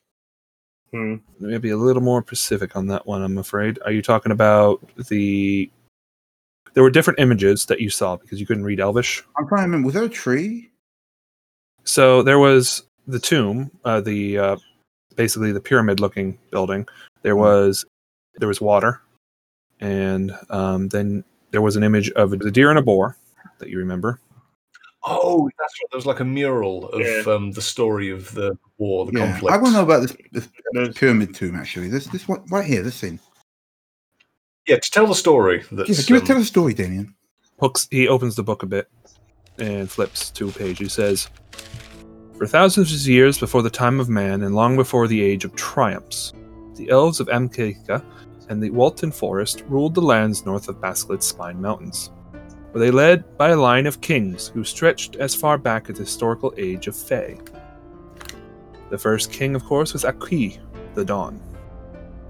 S4: Hmm.
S6: Maybe a little more specific on that one. I'm afraid. Are you talking about the There were different images that you saw because you couldn't read Elvish.
S3: I'm trying to remember. Was there a tree?
S6: So there was the tomb, uh, the uh, basically the pyramid-looking building. There was there was water, and um, then there was an image of a deer and a boar that you remember.
S1: Oh, that's right. There was like a mural of
S4: Yeah.
S1: um, the story of the war, the
S3: yeah.
S1: conflict.
S3: I want to know about this, this
S4: There's-
S3: pyramid tomb. Actually, this this one right here. This scene.
S1: Yeah, to tell the story. That's,
S3: Yeah, give us
S1: um,
S3: tell a story, Damien.
S6: hooks he opens the book a bit and flips to a page he says for thousands of years before the time of man and long before the age of triumphs the elves of amkeka and the walton forest ruled the lands north of basket's spine mountains were they led by a line of kings who stretched as far back as the historical age of fey the first king of course was aki the dawn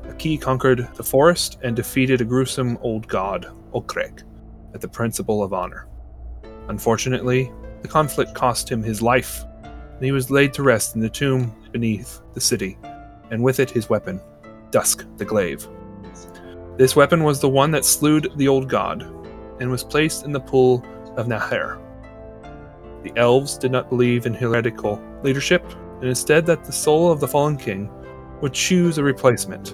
S6: aki conquered the forest and defeated a gruesome old god okrek at the principle of honor. Unfortunately, the conflict cost him his life, and he was laid to rest in the tomb beneath the city, and with it his weapon, Dusk the Glaive. This weapon was the one that slewed the old god, and was placed in the pool of Nahir. The elves did not believe in heretical leadership, and instead that the soul of the fallen king would choose a replacement,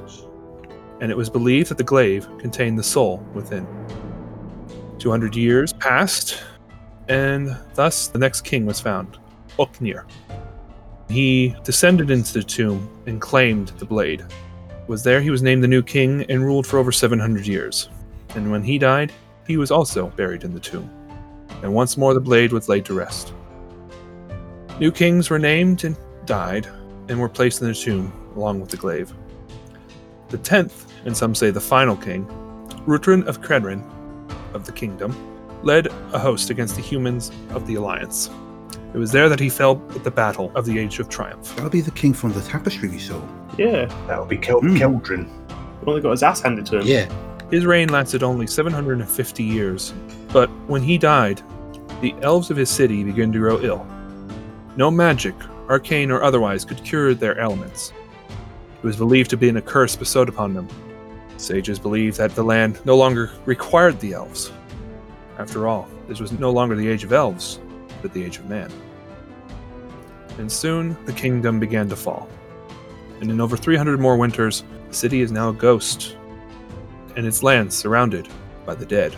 S6: and it was believed that the glaive contained the soul within. 200 years passed, and thus the next king was found, Oknir. He descended into the tomb and claimed the blade. It was there he was named the new king and ruled for over 700 years. And when he died, he was also buried in the tomb. And once more the blade was laid to rest. New kings were named and died and were placed in the tomb along with the glaive. The tenth, and some say the final king, Rutrin of Credrin, of the kingdom, led a host against the humans of the Alliance. It was there that he fell at the Battle of the Age of Triumph.
S3: That'll be the king from the tapestry we saw.
S4: Yeah.
S1: That would be Kel-
S3: Hmm.
S1: Keldrin.
S4: The one that got his ass handed to him.
S5: Yeah.
S6: His reign lasted only 750 years, but when he died, the elves of his city began to grow ill. No magic, arcane or otherwise, could cure their ailments. It was believed to be an a curse bestowed upon them. Sages believed that the land no longer required the elves. After all, this was no longer the age of elves, but the age of man. And soon the kingdom began to fall. And in over 300 more winters, the city is now a ghost and its lands surrounded by the dead.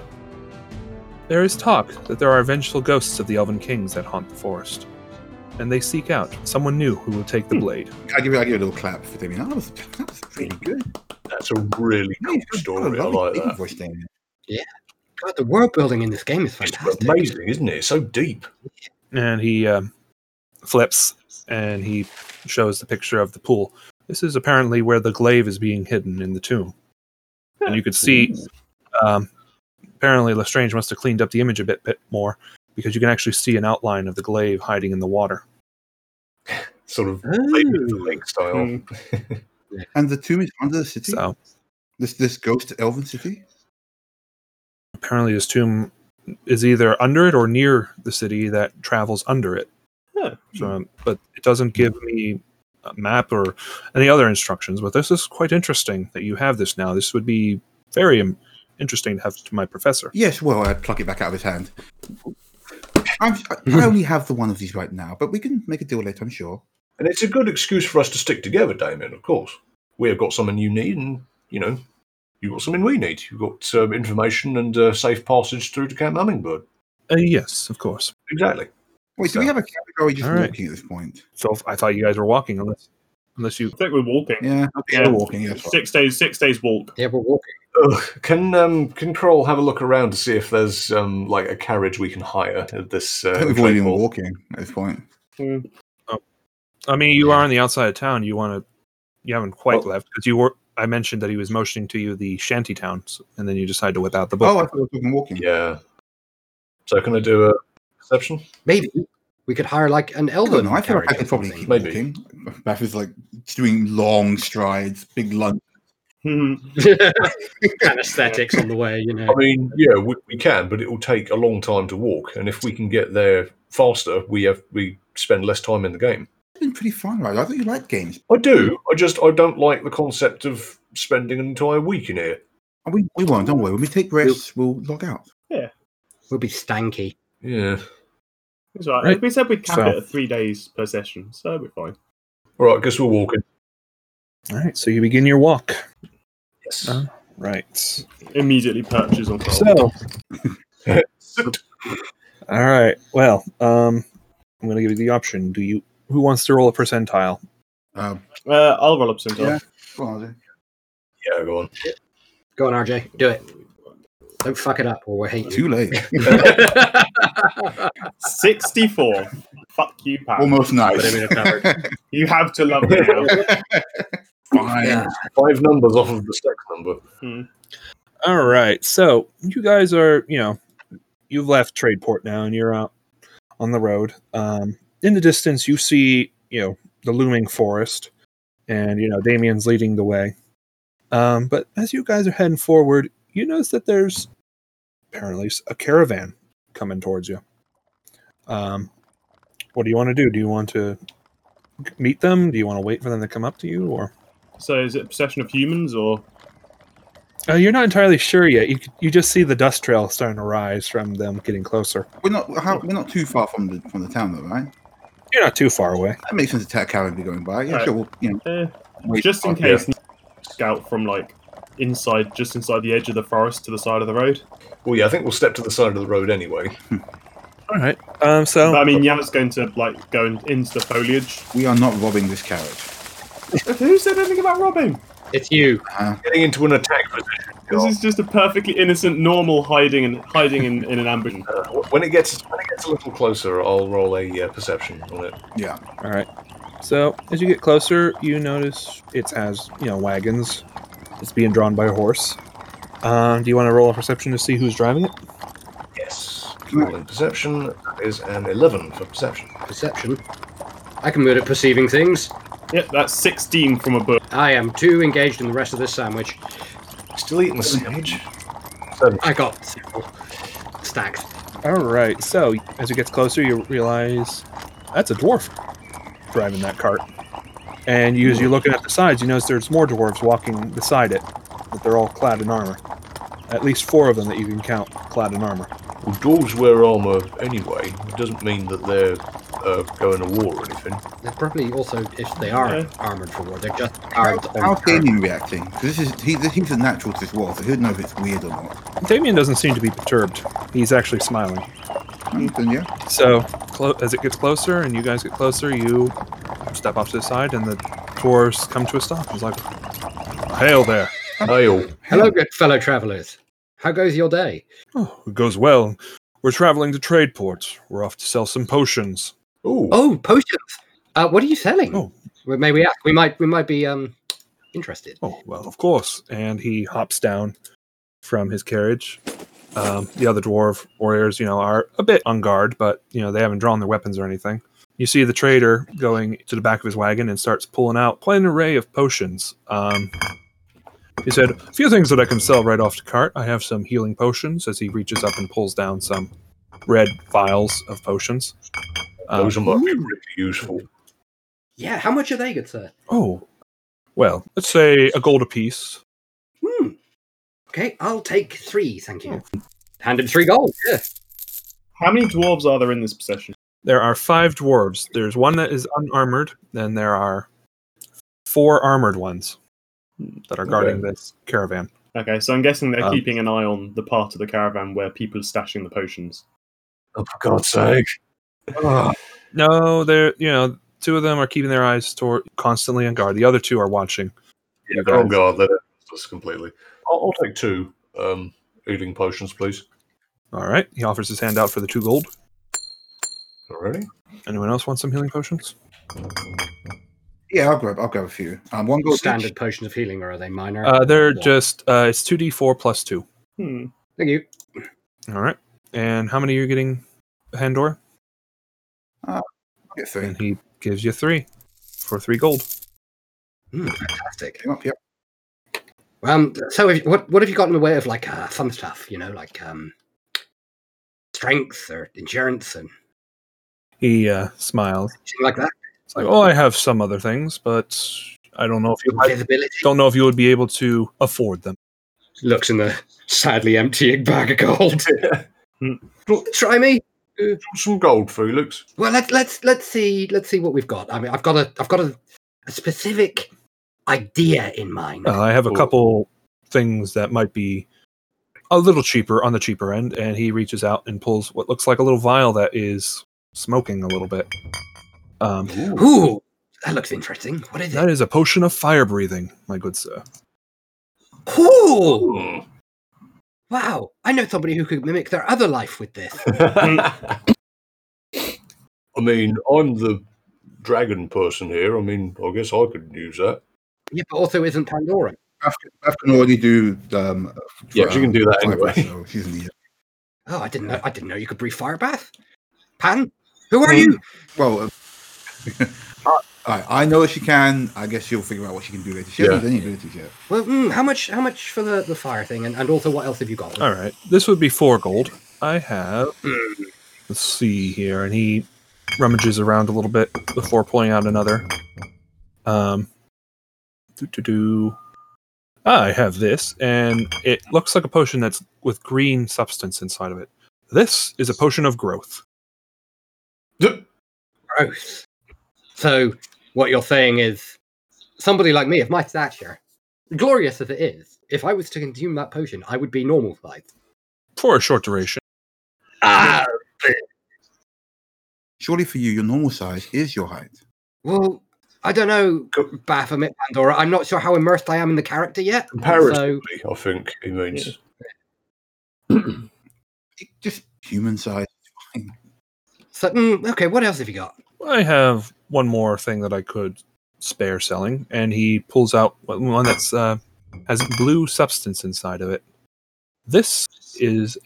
S6: There is talk that there are vengeful ghosts of the elven kings that haunt the forest, and they seek out someone new who will take the blade.
S3: I give you, I give you a little clap for Damien. That was that was pretty good.
S1: That's a really
S3: Yeah,
S1: cool
S3: you've got a
S1: story. I
S3: lovely
S1: like
S3: speaking
S1: that.
S3: voice, Damien.
S5: God, the world building in this game is
S1: It's
S5: fantastic.
S1: amazing, isn't it? It's so deep.
S6: And he um, flips and he shows the picture of the pool. This is apparently where the glaive is being hidden in the tomb. And you could see, um, apparently, Lestrange must have cleaned up the image a bit, bit more because you can actually see an outline of the glaive hiding in the water.
S1: Sort
S3: Hmm.
S1: of Lady of the
S5: Oh.
S1: Lake style.
S4: Hmm.
S3: And the tomb is under the city.
S6: So.
S3: This this ghost elven city.
S6: apparently his tomb is either under it or near the city that travels under it.
S4: Huh.
S6: So, um, but it doesn't give me a map or any other instructions. But this is quite interesting that you have this now. This would be very um, interesting to have to my professor.
S3: Yes, well, I'd pluck it back out of his hand. I'm, I only have the one of these right now, but we can make a deal later, I'm sure.
S1: And it's a good excuse for us to stick together, Damien, of course. We have got something you need, and, you know, you've got something we need. You've got um, information and uh, safe passage through to Camp Hummingbird.
S6: Uh, yes, of course.
S1: Exactly.
S3: Wait, do we
S1: So-
S3: have a category just
S6: All right.
S3: walking at this point?
S6: So if- I thought you guys were walking, unless unless you
S4: I think we're walking.
S3: Yeah,
S4: Yeah.
S3: we're walking. Yeah, that's right.
S4: Six days, six days walk.
S5: Yeah, we're walking.
S1: Ugh. Can um, can Kroll have a look around to see if there's um, like a carriage we can hire at this? Uh,
S3: I think we've already been
S1: Claypool?
S3: walking at this point.
S4: Mm.
S6: I mean, you are on the outside of town. You want to, you haven't quite
S1: Well-
S6: left because you were. I mentioned that he was motioning to you the shanty towns, and then you decide to whip out the book.
S3: Oh, I thought we were talking walking.
S1: Yeah. So can I do a perception?
S5: Maybe we could hire like an
S3: I don't
S5: elven
S3: know. Oh, I feel
S5: carriage.
S3: like I
S5: or
S3: could probably
S5: something.
S3: keep
S1: Maybe.
S3: walking. Bath is like doing long strides, big lunge.
S4: Hmm.
S5: anesthetics on the way, you
S1: I
S5: know.
S1: mean, yeah, we, we can, but it will take a long time to walk. And if we can get there faster, we have we spend less time in the game.
S3: It's been pretty fun, right? I thought you liked games.
S1: I do. I just I don't like the concept of spending an entire week in here.
S3: And We, we won't, don't worry. When we take rests, we'll log out.
S5: We'll be stanky.
S1: Yeah.
S4: It's all right.
S6: Right.
S4: We said we'd cap
S6: So-
S4: it at three days per session, so we're fine.
S1: All right, I guess we're walking.
S6: All right, so you begin your walk.
S1: Yes.
S6: Uh, Right.
S4: Immediately purchase on
S6: So, all right. Well, um, I'm going to give you the option. Do you? Who wants to roll a percentile?
S3: Um,
S4: uh, I'll roll up some dice.
S3: go on, Ozzy.
S1: Yeah, go on.
S5: Go on, RJ. Do it. Don't fuck it up or we'll hate you.
S3: Too late.
S4: Sixty-four. Fuck you, Pat.
S3: Almost
S5: Put
S3: nice.
S5: him in a cupboard.
S4: You have to love me now.
S3: Fine.
S5: Yeah.
S1: Five numbers off of the sex number.
S6: All right. So you guys are, you know, you've left Tradeport now, and you're out on the road. Um, in the distance, you see, you know, the looming forest, and you know Damien's leading the way. Um, but as you guys are heading forward, you notice that there's apparently s- a caravan coming towards you. Um, what do you want to do? Do you want to g- meet them? Do you want to wait for them to come up to you, or
S4: So is it possession of humans or
S6: Uh, you're not entirely sure yet. You you just see the dust trail starting to rise from them getting closer.
S3: We're not how, we're not too far from the from the town though, right?
S6: You're not too far away.
S3: That makes sense. to Attack caravan be going by. Yeah,
S4: Right.
S3: sure. We'll, you know,
S4: eh,
S3: wait.
S4: just in
S3: Okay.
S4: case scout from like inside just inside the edge of the forest to the side of the road.
S1: Well, yeah, I think we'll step to the side of the road anyway.
S6: All right. Um.
S4: But,
S6: So
S4: I mean Yam's going to like go in- into the foliage.
S3: We are not robbing this carriage.
S4: Who said anything about robbing?
S5: It's you.
S1: Getting into an attack position.
S4: This is just a perfectly innocent, normal hiding and hiding in, in an ambush.
S1: Uh, wh- when it gets when it gets a little closer, I'll roll a uh, perception on it.
S3: Yeah.
S6: all right. So as you get closer, you notice it has you know wagons. It's being drawn by a horse. Um. Do you want to roll a perception to see who's driving it?
S1: Yes. Rolling perception that is an eleven for perception.
S5: Perception. I can move at perceiving things.
S4: Yep, that's sixteen from a book.
S5: I am too engaged in the rest of this sandwich.
S1: Still eating the sandwich. Seven.
S5: I got several stacked.
S6: All right. So as it gets closer, you realize that's a dwarf driving that cart. And you, as you're looking at the sides, you notice there's more dwarves walking beside it, but they're all clad in armor. At least four of them that you can count clad in armor.
S1: Well, dwarves wear armor anyway. It doesn't mean that they're uh, going to war or anything.
S5: They're probably also, if they are
S4: Yeah.
S5: armored for war, they're just
S3: How,
S5: armed
S3: how's
S5: on armor.
S3: Damien reacting? 'Cause this is he, he's a natural to this world, so he'd know if it's weird or not.
S6: Damien doesn't seem to be perturbed. He's actually smiling.
S3: Mm, Then yeah.
S6: So clo- as it gets closer and you guys get closer, you step off to the side, and the dwarves come to a stop. He's like, "Hail there!"
S1: Hail.
S5: Hello, good fellow travellers. How goes your day?
S6: Oh, it goes well. We're traveling to Tradeport. We're off to sell some potions.
S1: Ooh.
S5: Oh, potions. Uh, what are you selling?
S6: Oh.
S5: Well, May we ask? We might, we might be um, interested.
S6: Oh, well, of course. And he hops down from his carriage. Um, the other dwarf warriors, you know, are a bit on guard, but, you know, they haven't drawn their weapons or anything. You see the trader going to the back of his wagon and starts pulling out quite an array of potions. Um, he said, A few things that I can sell right off the cart. I have some healing potions as he reaches up and pulls down some red vials of potions. Um,
S1: Those might be really useful.
S5: Yeah. How much are they, good sir?
S6: oh, well, let's say a gold apiece.
S5: Hmm. Okay, I'll take three, thank you. Hmm. Hand him three gold. Yeah.
S4: How many dwarves are there in this possession?
S6: There are five dwarves. There's one that is unarmored, and there are four armored ones that are guarding this caravan.
S4: Okay, so I'm guessing they're
S6: Um,
S4: keeping an eye on the part of the caravan where people are stashing the potions.
S1: Oh, for God's sake. Ah,
S6: No, they're you know two of them are keeping their eyes toward constantly on guard. The other two are watching.
S1: Yeah, they're on guard. That us completely. I'll, I'll take two um, healing potions, please.
S6: All right, he offers his hand out for the two gold.
S1: Alrighty.
S6: Anyone else want some healing potions?
S3: Yeah, I'll grab I'll grab a few. Um, one gold
S5: Standard
S3: each.
S5: potions of healing, or are they minor?
S6: Uh, they're
S5: What?
S6: just uh, it's two d four plus two.
S4: Hmm.
S5: Thank you.
S6: All right, and how many are you getting, Handor?
S3: Get three.
S6: And he gives you three for three gold.
S5: Hmm, fantastic.
S3: Came up, yep.
S5: Um, so if, what what have you got in the way of like uh, fun stuff? You know, like um, strength or endurance and
S6: He uh, smiles.
S5: things like that.
S6: It's like, oh, I have some other things, but I don't know if you I
S5: Visibility.
S6: don't know if you would be able to afford them.
S5: Looks in the sadly empty bag of gold. Try me.
S1: Drop some gold through, Luke's.
S5: Well, let's let's let's see let's see what we've got. I mean, I've got a I've got a, a specific idea in mind.
S6: Uh, I have a
S1: Cool.
S6: couple things that might be a little cheaper on the cheaper end, and he reaches out and pulls what looks like a little vial that is smoking a little bit. Um,
S5: Ooh, that looks interesting. What is it?
S6: that is a potion of fire breathing, my good sir.
S5: Ooh, wow! I know somebody who could mimic their other life with this.
S1: I mean, I'm the dragon person here. I mean, I guess I could use that.
S5: yeah, but also isn't Pandora.
S3: Beth, Beth can already do. Um,
S1: Yeah, she can do that
S3: fire
S1: anyway.
S3: breath, so she's in the- uh,
S5: Oh, I didn't know. I didn't know you could breathe fire bath. Pan, who are you?
S3: Well, uh, I- I, I know she can. I guess she'll figure out what she can do later. She hasn't
S1: Yeah.
S3: done any abilities yet.
S5: Well, mm, how much? How much for the, the fire thing? And, and also, what else have you got?
S6: All right, this would be four gold. I have. Let's see here, and he rummages around a little bit before pulling out another. Um, do do do. Ah, I have this, and it looks like a potion that's with green substance inside of it. This is a potion of growth.
S5: Gross. So, what you're saying is, somebody like me, of my stature, glorious as it is, if I was to consume that potion, I would be normal size.
S6: for a short duration.
S5: Ah,
S3: Surely for you, your normal size is your height.
S5: well, I don't know, Baphomet Pandora. I'm not sure how immersed I am in the character yet.
S1: Comparatively, I think he means.
S3: It- Just human size.
S5: So, mm, okay, what else have you got?
S6: I have one more thing that I could spare selling, and he pulls out one one that's uh, has blue substance inside of it. This is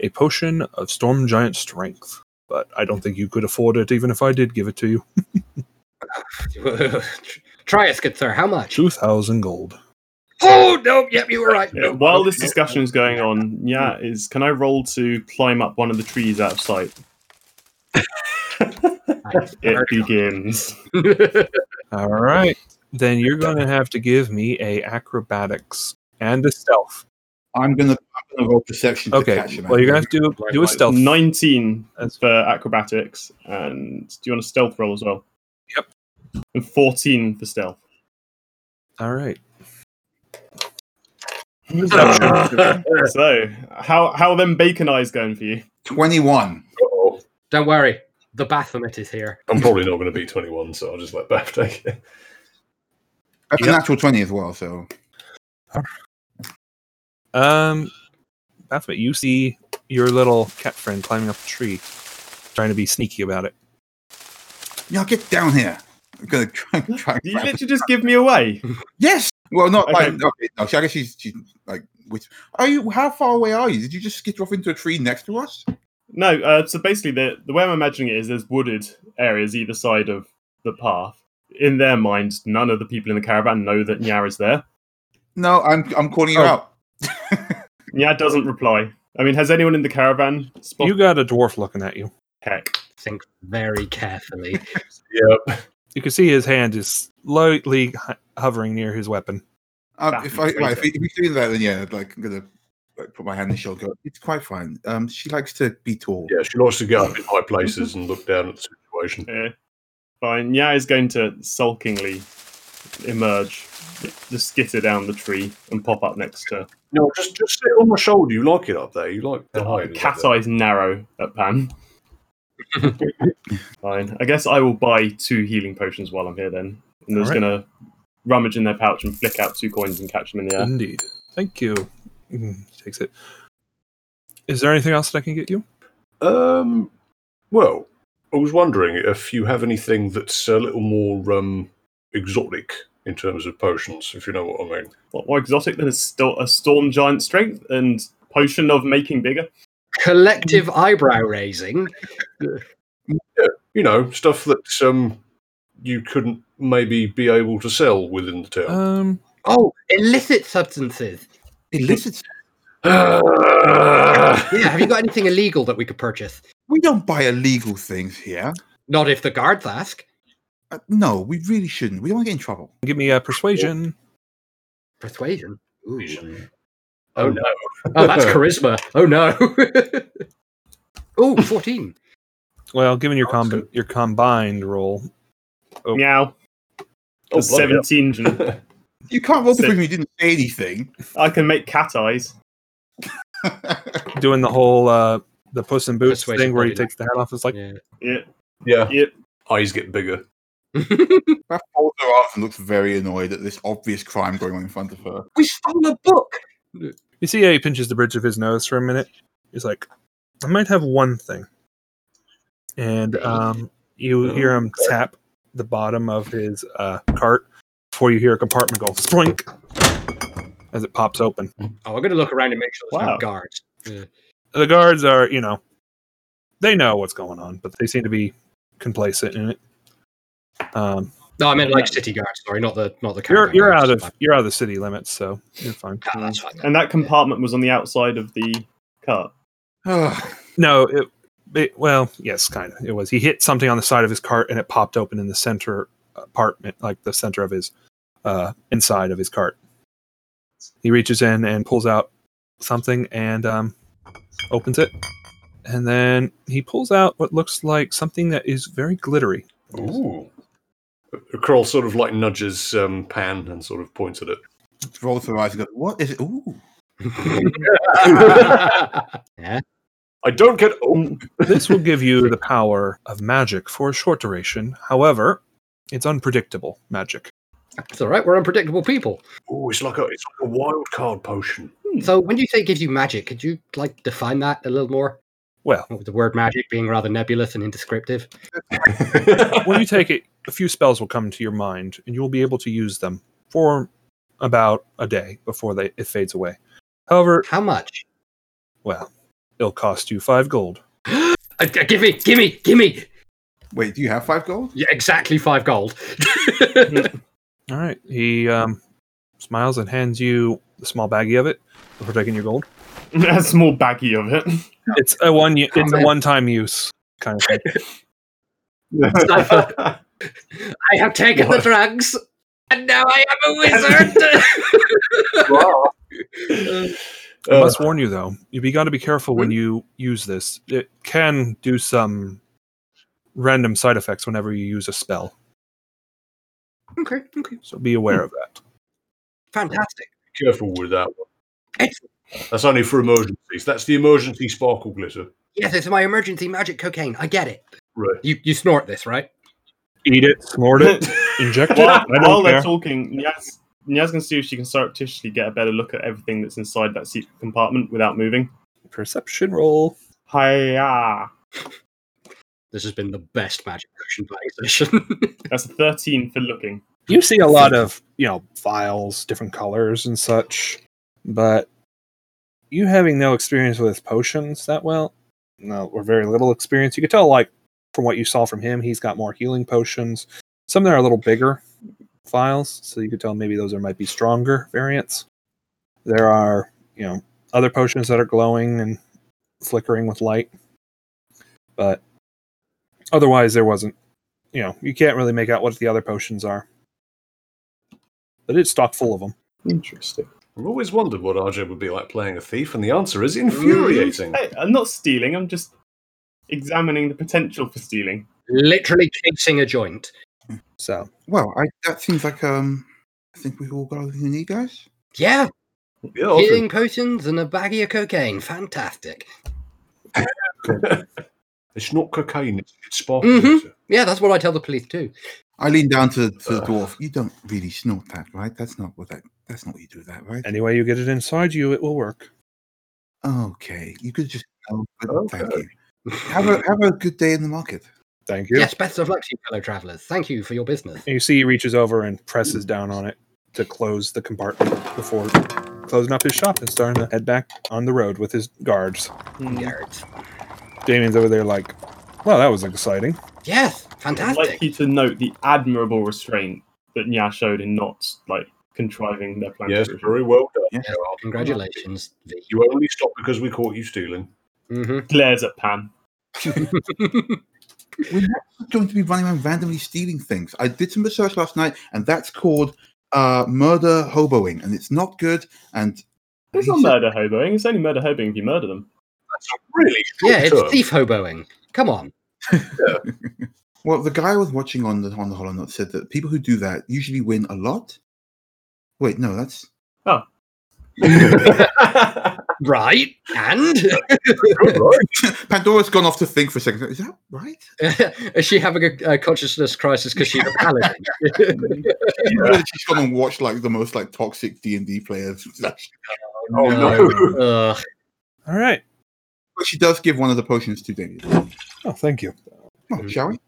S6: a potion of storm giant strength, but I don't think you could afford it, even if I did give it to you.
S5: Try us, good sir. How much?
S6: Two thousand gold.
S5: Oh no! Yep, you were right.
S4: Yeah,
S5: Nope.
S4: While this discussion is going on, yeah, is can I roll to climb up one of the trees out of sight?
S5: Nice.
S4: It
S5: Very
S4: begins.
S5: good.
S6: All right, then you're going to have to give me a acrobatics and a stealth.
S3: I'm gonna, I'm gonna roll perception to
S6: Okay,
S3: catch him.
S6: well you're going to have to do, do a stealth.
S4: Nineteen
S6: That's-
S4: for acrobatics, and do you want a stealth roll as well?
S6: Yep.
S4: And fourteen for stealth.
S6: All right.
S4: so, how how are them bacon eyes going for you?
S3: Twenty-one.
S1: Uh-oh.
S5: Don't worry, the Baphomet is here.
S1: I'm probably not going to be 21, so I'll just let Beth take it.
S3: That's
S6: Yep.
S3: an actual twenty as well. So
S6: Um, Baphomet, you see your little cat friend climbing up a tree, trying to be sneaky about it.
S3: yeah, get down here. I'm gonna try. try
S4: Did you literally just give me away?
S3: yes. Well, not
S4: Okay.
S3: like okay. No, she- I guess she's, she's like. Which, are you? How far away are you? Did you just skitter off into a tree next to us?
S4: No. Uh, so basically, the the way I'm imagining it is there's wooded areas either side of the path. In their mind, none of the people in the caravan know that Nyara's there.
S3: No, I'm I'm calling you
S6: Oh.
S3: out.
S4: Nyar doesn't reply. I mean, has anyone in the caravan spotted
S6: You got a dwarf looking at you.
S4: heck?
S5: Think very carefully.
S1: Yep.
S6: You can see his hand is slightly h- hovering near his weapon.
S3: Um,
S4: Back
S3: if
S4: in
S3: I right, if,
S4: freezer.
S3: we- if we do that, then yeah, like I'm gonna like, put my hand in the shoulder. It's quite fine. Um, she likes to be tall.
S1: Yeah, she likes to get up in high places and look down at the situation.
S4: Yeah. Fine. Nyar is going to sulkingly emerge, just skitter down the tree and pop up next to
S1: No, just just sit on my shoulder. You like it up there. You like the height.
S4: The cat eyes narrow at Pan. Fine. I guess I will buy two healing potions while I'm here then. And there's
S6: Alright.
S4: gonna rummage in their pouch and flick out two coins and catch them in the
S1: Mm-hmm.
S4: air.
S6: Indeed. Thank you. Mm, He takes it. Is there anything else that I can get you?
S1: Um, well, I was wondering if you have anything that's a little more um, exotic in terms of potions, if you know what I mean.
S4: What more exotic than a, sto- a storm giant strength and potion of making bigger?
S5: Collective eyebrow raising.
S1: You know, stuff that um, you couldn't maybe be able to sell within the town.
S6: Um,
S5: Oh, illicit substances.
S3: Illicit.
S5: Yeah, have you got anything illegal that we could purchase?
S3: We don't buy illegal things here.
S5: Not if the guards ask.
S3: Uh, no, we really shouldn't. We don't want to get in trouble.
S6: give me a persuasion.
S5: Persuasion. Ooh.
S1: oh no!
S5: Oh, that's charisma. Oh no. Oh, 14.
S6: Well, given your
S1: Oh, that's
S6: combi- your combined roll, Oh.
S4: Meow.
S1: Oh,
S4: A
S1: bloody hell.
S4: 17. Jim.
S3: You can't roll because you didn't say anything.
S4: I can make cat eyes.
S6: doing the whole uh the Puss in Boots
S5: Persuasion
S6: thing where he
S5: probably
S6: takes the hat off, it's like
S5: Yeah.
S4: Yeah.
S1: Yeah.
S4: Yep.
S1: Eyes get bigger.
S3: Beth holds her off and looks very annoyed at this obvious crime going on in front of her.
S5: we stole a book.
S6: you see how he pinches the bridge of his nose for a minute. He's like, I might have one thing, and um, you hear him tap the bottom of his uh, cart before you hear a compartment go splink as it pops open.
S5: Oh, I'm going to look around and make sure there's
S4: Wow.
S5: no guards.
S6: The guards are, you know, they know what's going on, but they seem to be complacent in it. Um,
S5: No, I meant like city guards. Sorry, not the not the.
S6: you're
S5: caravan
S6: you're
S5: guards.
S6: out of you're out of the city limits, so you're fine.
S5: Ah, that's fine.
S4: And that compartment was on the outside of the cart.
S6: No, it, it well, yes, kind of. It was. He hit something on the side of his cart, and it popped open in the center apartment, like the center of his uh, inside of his cart. He reaches in and pulls out something and um, opens it, and then he pulls out what looks like something that is very glittery.
S1: Ooh. Kroll sort of like nudges um, Pan and sort of points at it.
S3: rolls her eyes and goes, What is it? Ooh.
S6: Hmm.
S1: I don't get. Oh,
S6: This will give you the power of magic for a short duration. However, it's unpredictable magic.
S5: it's all right. We're unpredictable people.
S1: ooh, it's like a it's like a wild card potion.
S5: So when you say it gives you magic, could you like define that a little more?
S6: Well,
S5: With the word magic being rather nebulous and indescriptive.
S6: when you take it, a few spells will come to your mind, and you will be able to use them for about a day before they it fades away. However,
S5: How much?
S6: well, it'll cost you five gold.
S5: Uh, g- give me, give me, give me.
S3: Wait, do you have five gold?
S5: Yeah, exactly five gold.
S6: All right. He um, smiles and hands you the small baggie of it before taking your gold.
S4: a small baggie of it.
S6: It's a one. y- It's a
S5: man.
S6: one-time use kind of thing.
S5: Cipher. I have taken
S1: What?
S5: the drugs, and now I am a wizard.
S6: I
S1: Uh,
S6: must warn you though. You got to be careful when you use this. It can do some random side effects whenever you use a spell.
S5: okay, okay,
S6: So be aware of that.
S5: fantastic.
S1: careful with that one.
S5: Excellent.
S1: That's only for emergencies. That's the emergency sparkle glitter.
S5: Yes, it's my emergency magic cocaine. I get it.
S1: Right.
S5: You you snort this, right?
S6: Eat it, snort it, inject it.
S4: While,
S6: I don't
S4: while
S6: care.
S4: they're talking, Nyaz, Nyaz can see if she can surreptitiously get a better look at everything that's inside that secret compartment without moving.
S6: Perception roll.
S4: Hiya!
S5: This has been the best magic potion buying session.
S4: That's a 13 for looking.
S6: You see a lot of you know files, different colors and such, but you having no experience with potions that well, no, or very little experience. You could tell like from what you saw from him, he's got more healing potions. Some that are a little bigger files, so you could tell maybe those are might be stronger variants. There are you know other potions that are glowing and flickering with light, but otherwise there wasn't you know, you can't really make out what the other potions are. But it's stock full of them.
S4: Interesting.
S1: I've always wondered what RJ would be like playing a thief, and the answer is infuriating.
S4: Hey,
S5: Mm-hmm.
S4: I'm not stealing, I'm just examining the potential for stealing.
S5: Literally chasing a joint.
S6: So
S3: Well, I, that seems like um I think we've all got everything we need, guys.
S5: Yeah,
S1: Yeah, often.
S5: healing potions and a baggie of cocaine. Fantastic.
S1: it's not cocaine; it's, it's sparkle
S5: Mhm.
S1: glitter.
S5: Yeah, that's what I tell the police too.
S3: I lean down to, to the
S1: Ugh.
S3: dwarf. You don't really snort that, right? That's not what that that's not what you do with that, right?
S6: anyway, you get it inside you, it will work.
S3: Okay. You could just oh, but thank
S1: Okay.
S3: you. Have a have a good day in the market.
S6: Thank you.
S5: Yes, best of luck to you, fellow travelers. Thank you for your business.
S6: And you see he reaches over and presses down on it to close the compartment before closing up his shop and starting to head back on the road with his guards.
S4: Hmm, Mm.
S5: Garrett.
S6: Damien's over there like, well, that was exciting.
S5: Yes,
S4: I'd like
S5: fantastic.
S4: you to note the admirable restraint that Nyaz showed in not like contriving their plan.
S1: Yes, very well done.
S3: Yeah.
S1: Gerard.
S5: Congratulations, V.
S1: You only stopped because we caught you stealing.
S5: hmm
S4: Glares at Pan.
S3: We're not going to be running around randomly stealing things. I did some research last night and that's called uh murder hoboing and it's not good and
S4: It's not murder hoboing. It's only murder hoboing if you murder them.
S1: That's a really short
S5: Yeah, it's
S1: term.
S5: thief hoboing. Come on.
S3: Well, the guy I was watching on the on the Hollow Note said that people who do that usually win a lot. Wait, no, that's
S5: Right. And
S1: Good, right?
S3: Pandora's gone off to think for a second. Is that right?
S5: is she having a, a consciousness crisis because she's a paladin?
S3: You know that She's gone and watched like the most like toxic D and D players. But
S1: Oh no!
S5: Ugh.
S6: All right.
S3: she does give one of the potions to Damien.
S6: Oh, thank you.
S3: Oh, shall we?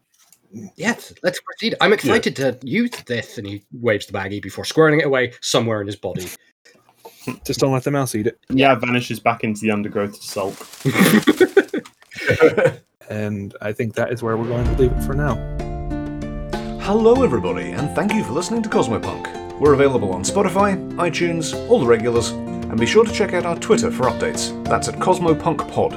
S5: yes, let's proceed. I'm excited to use this. And he waves the baggie before squaring it away somewhere in his body.
S6: Just don't let the mouse eat it.
S4: Yeah, vanishes back into the undergrowth to sulk.
S6: And I think that is where we're going to leave it for now.
S1: Hello, everybody, and thank you for listening to Cosmopunk. We're available on Spotify, iTunes, all the regulars, and be sure to check out our Twitter for updates. That's at Cosmopunk Pod.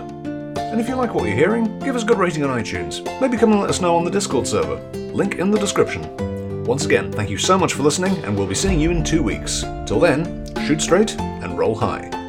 S1: And if you like what you're hearing, give us a good rating on iTunes. Maybe come and let us know on the Discord server. Link in the description. Once again, thank you so much for listening, and we'll be seeing you in two weeks. Till then, shoot straight and roll high.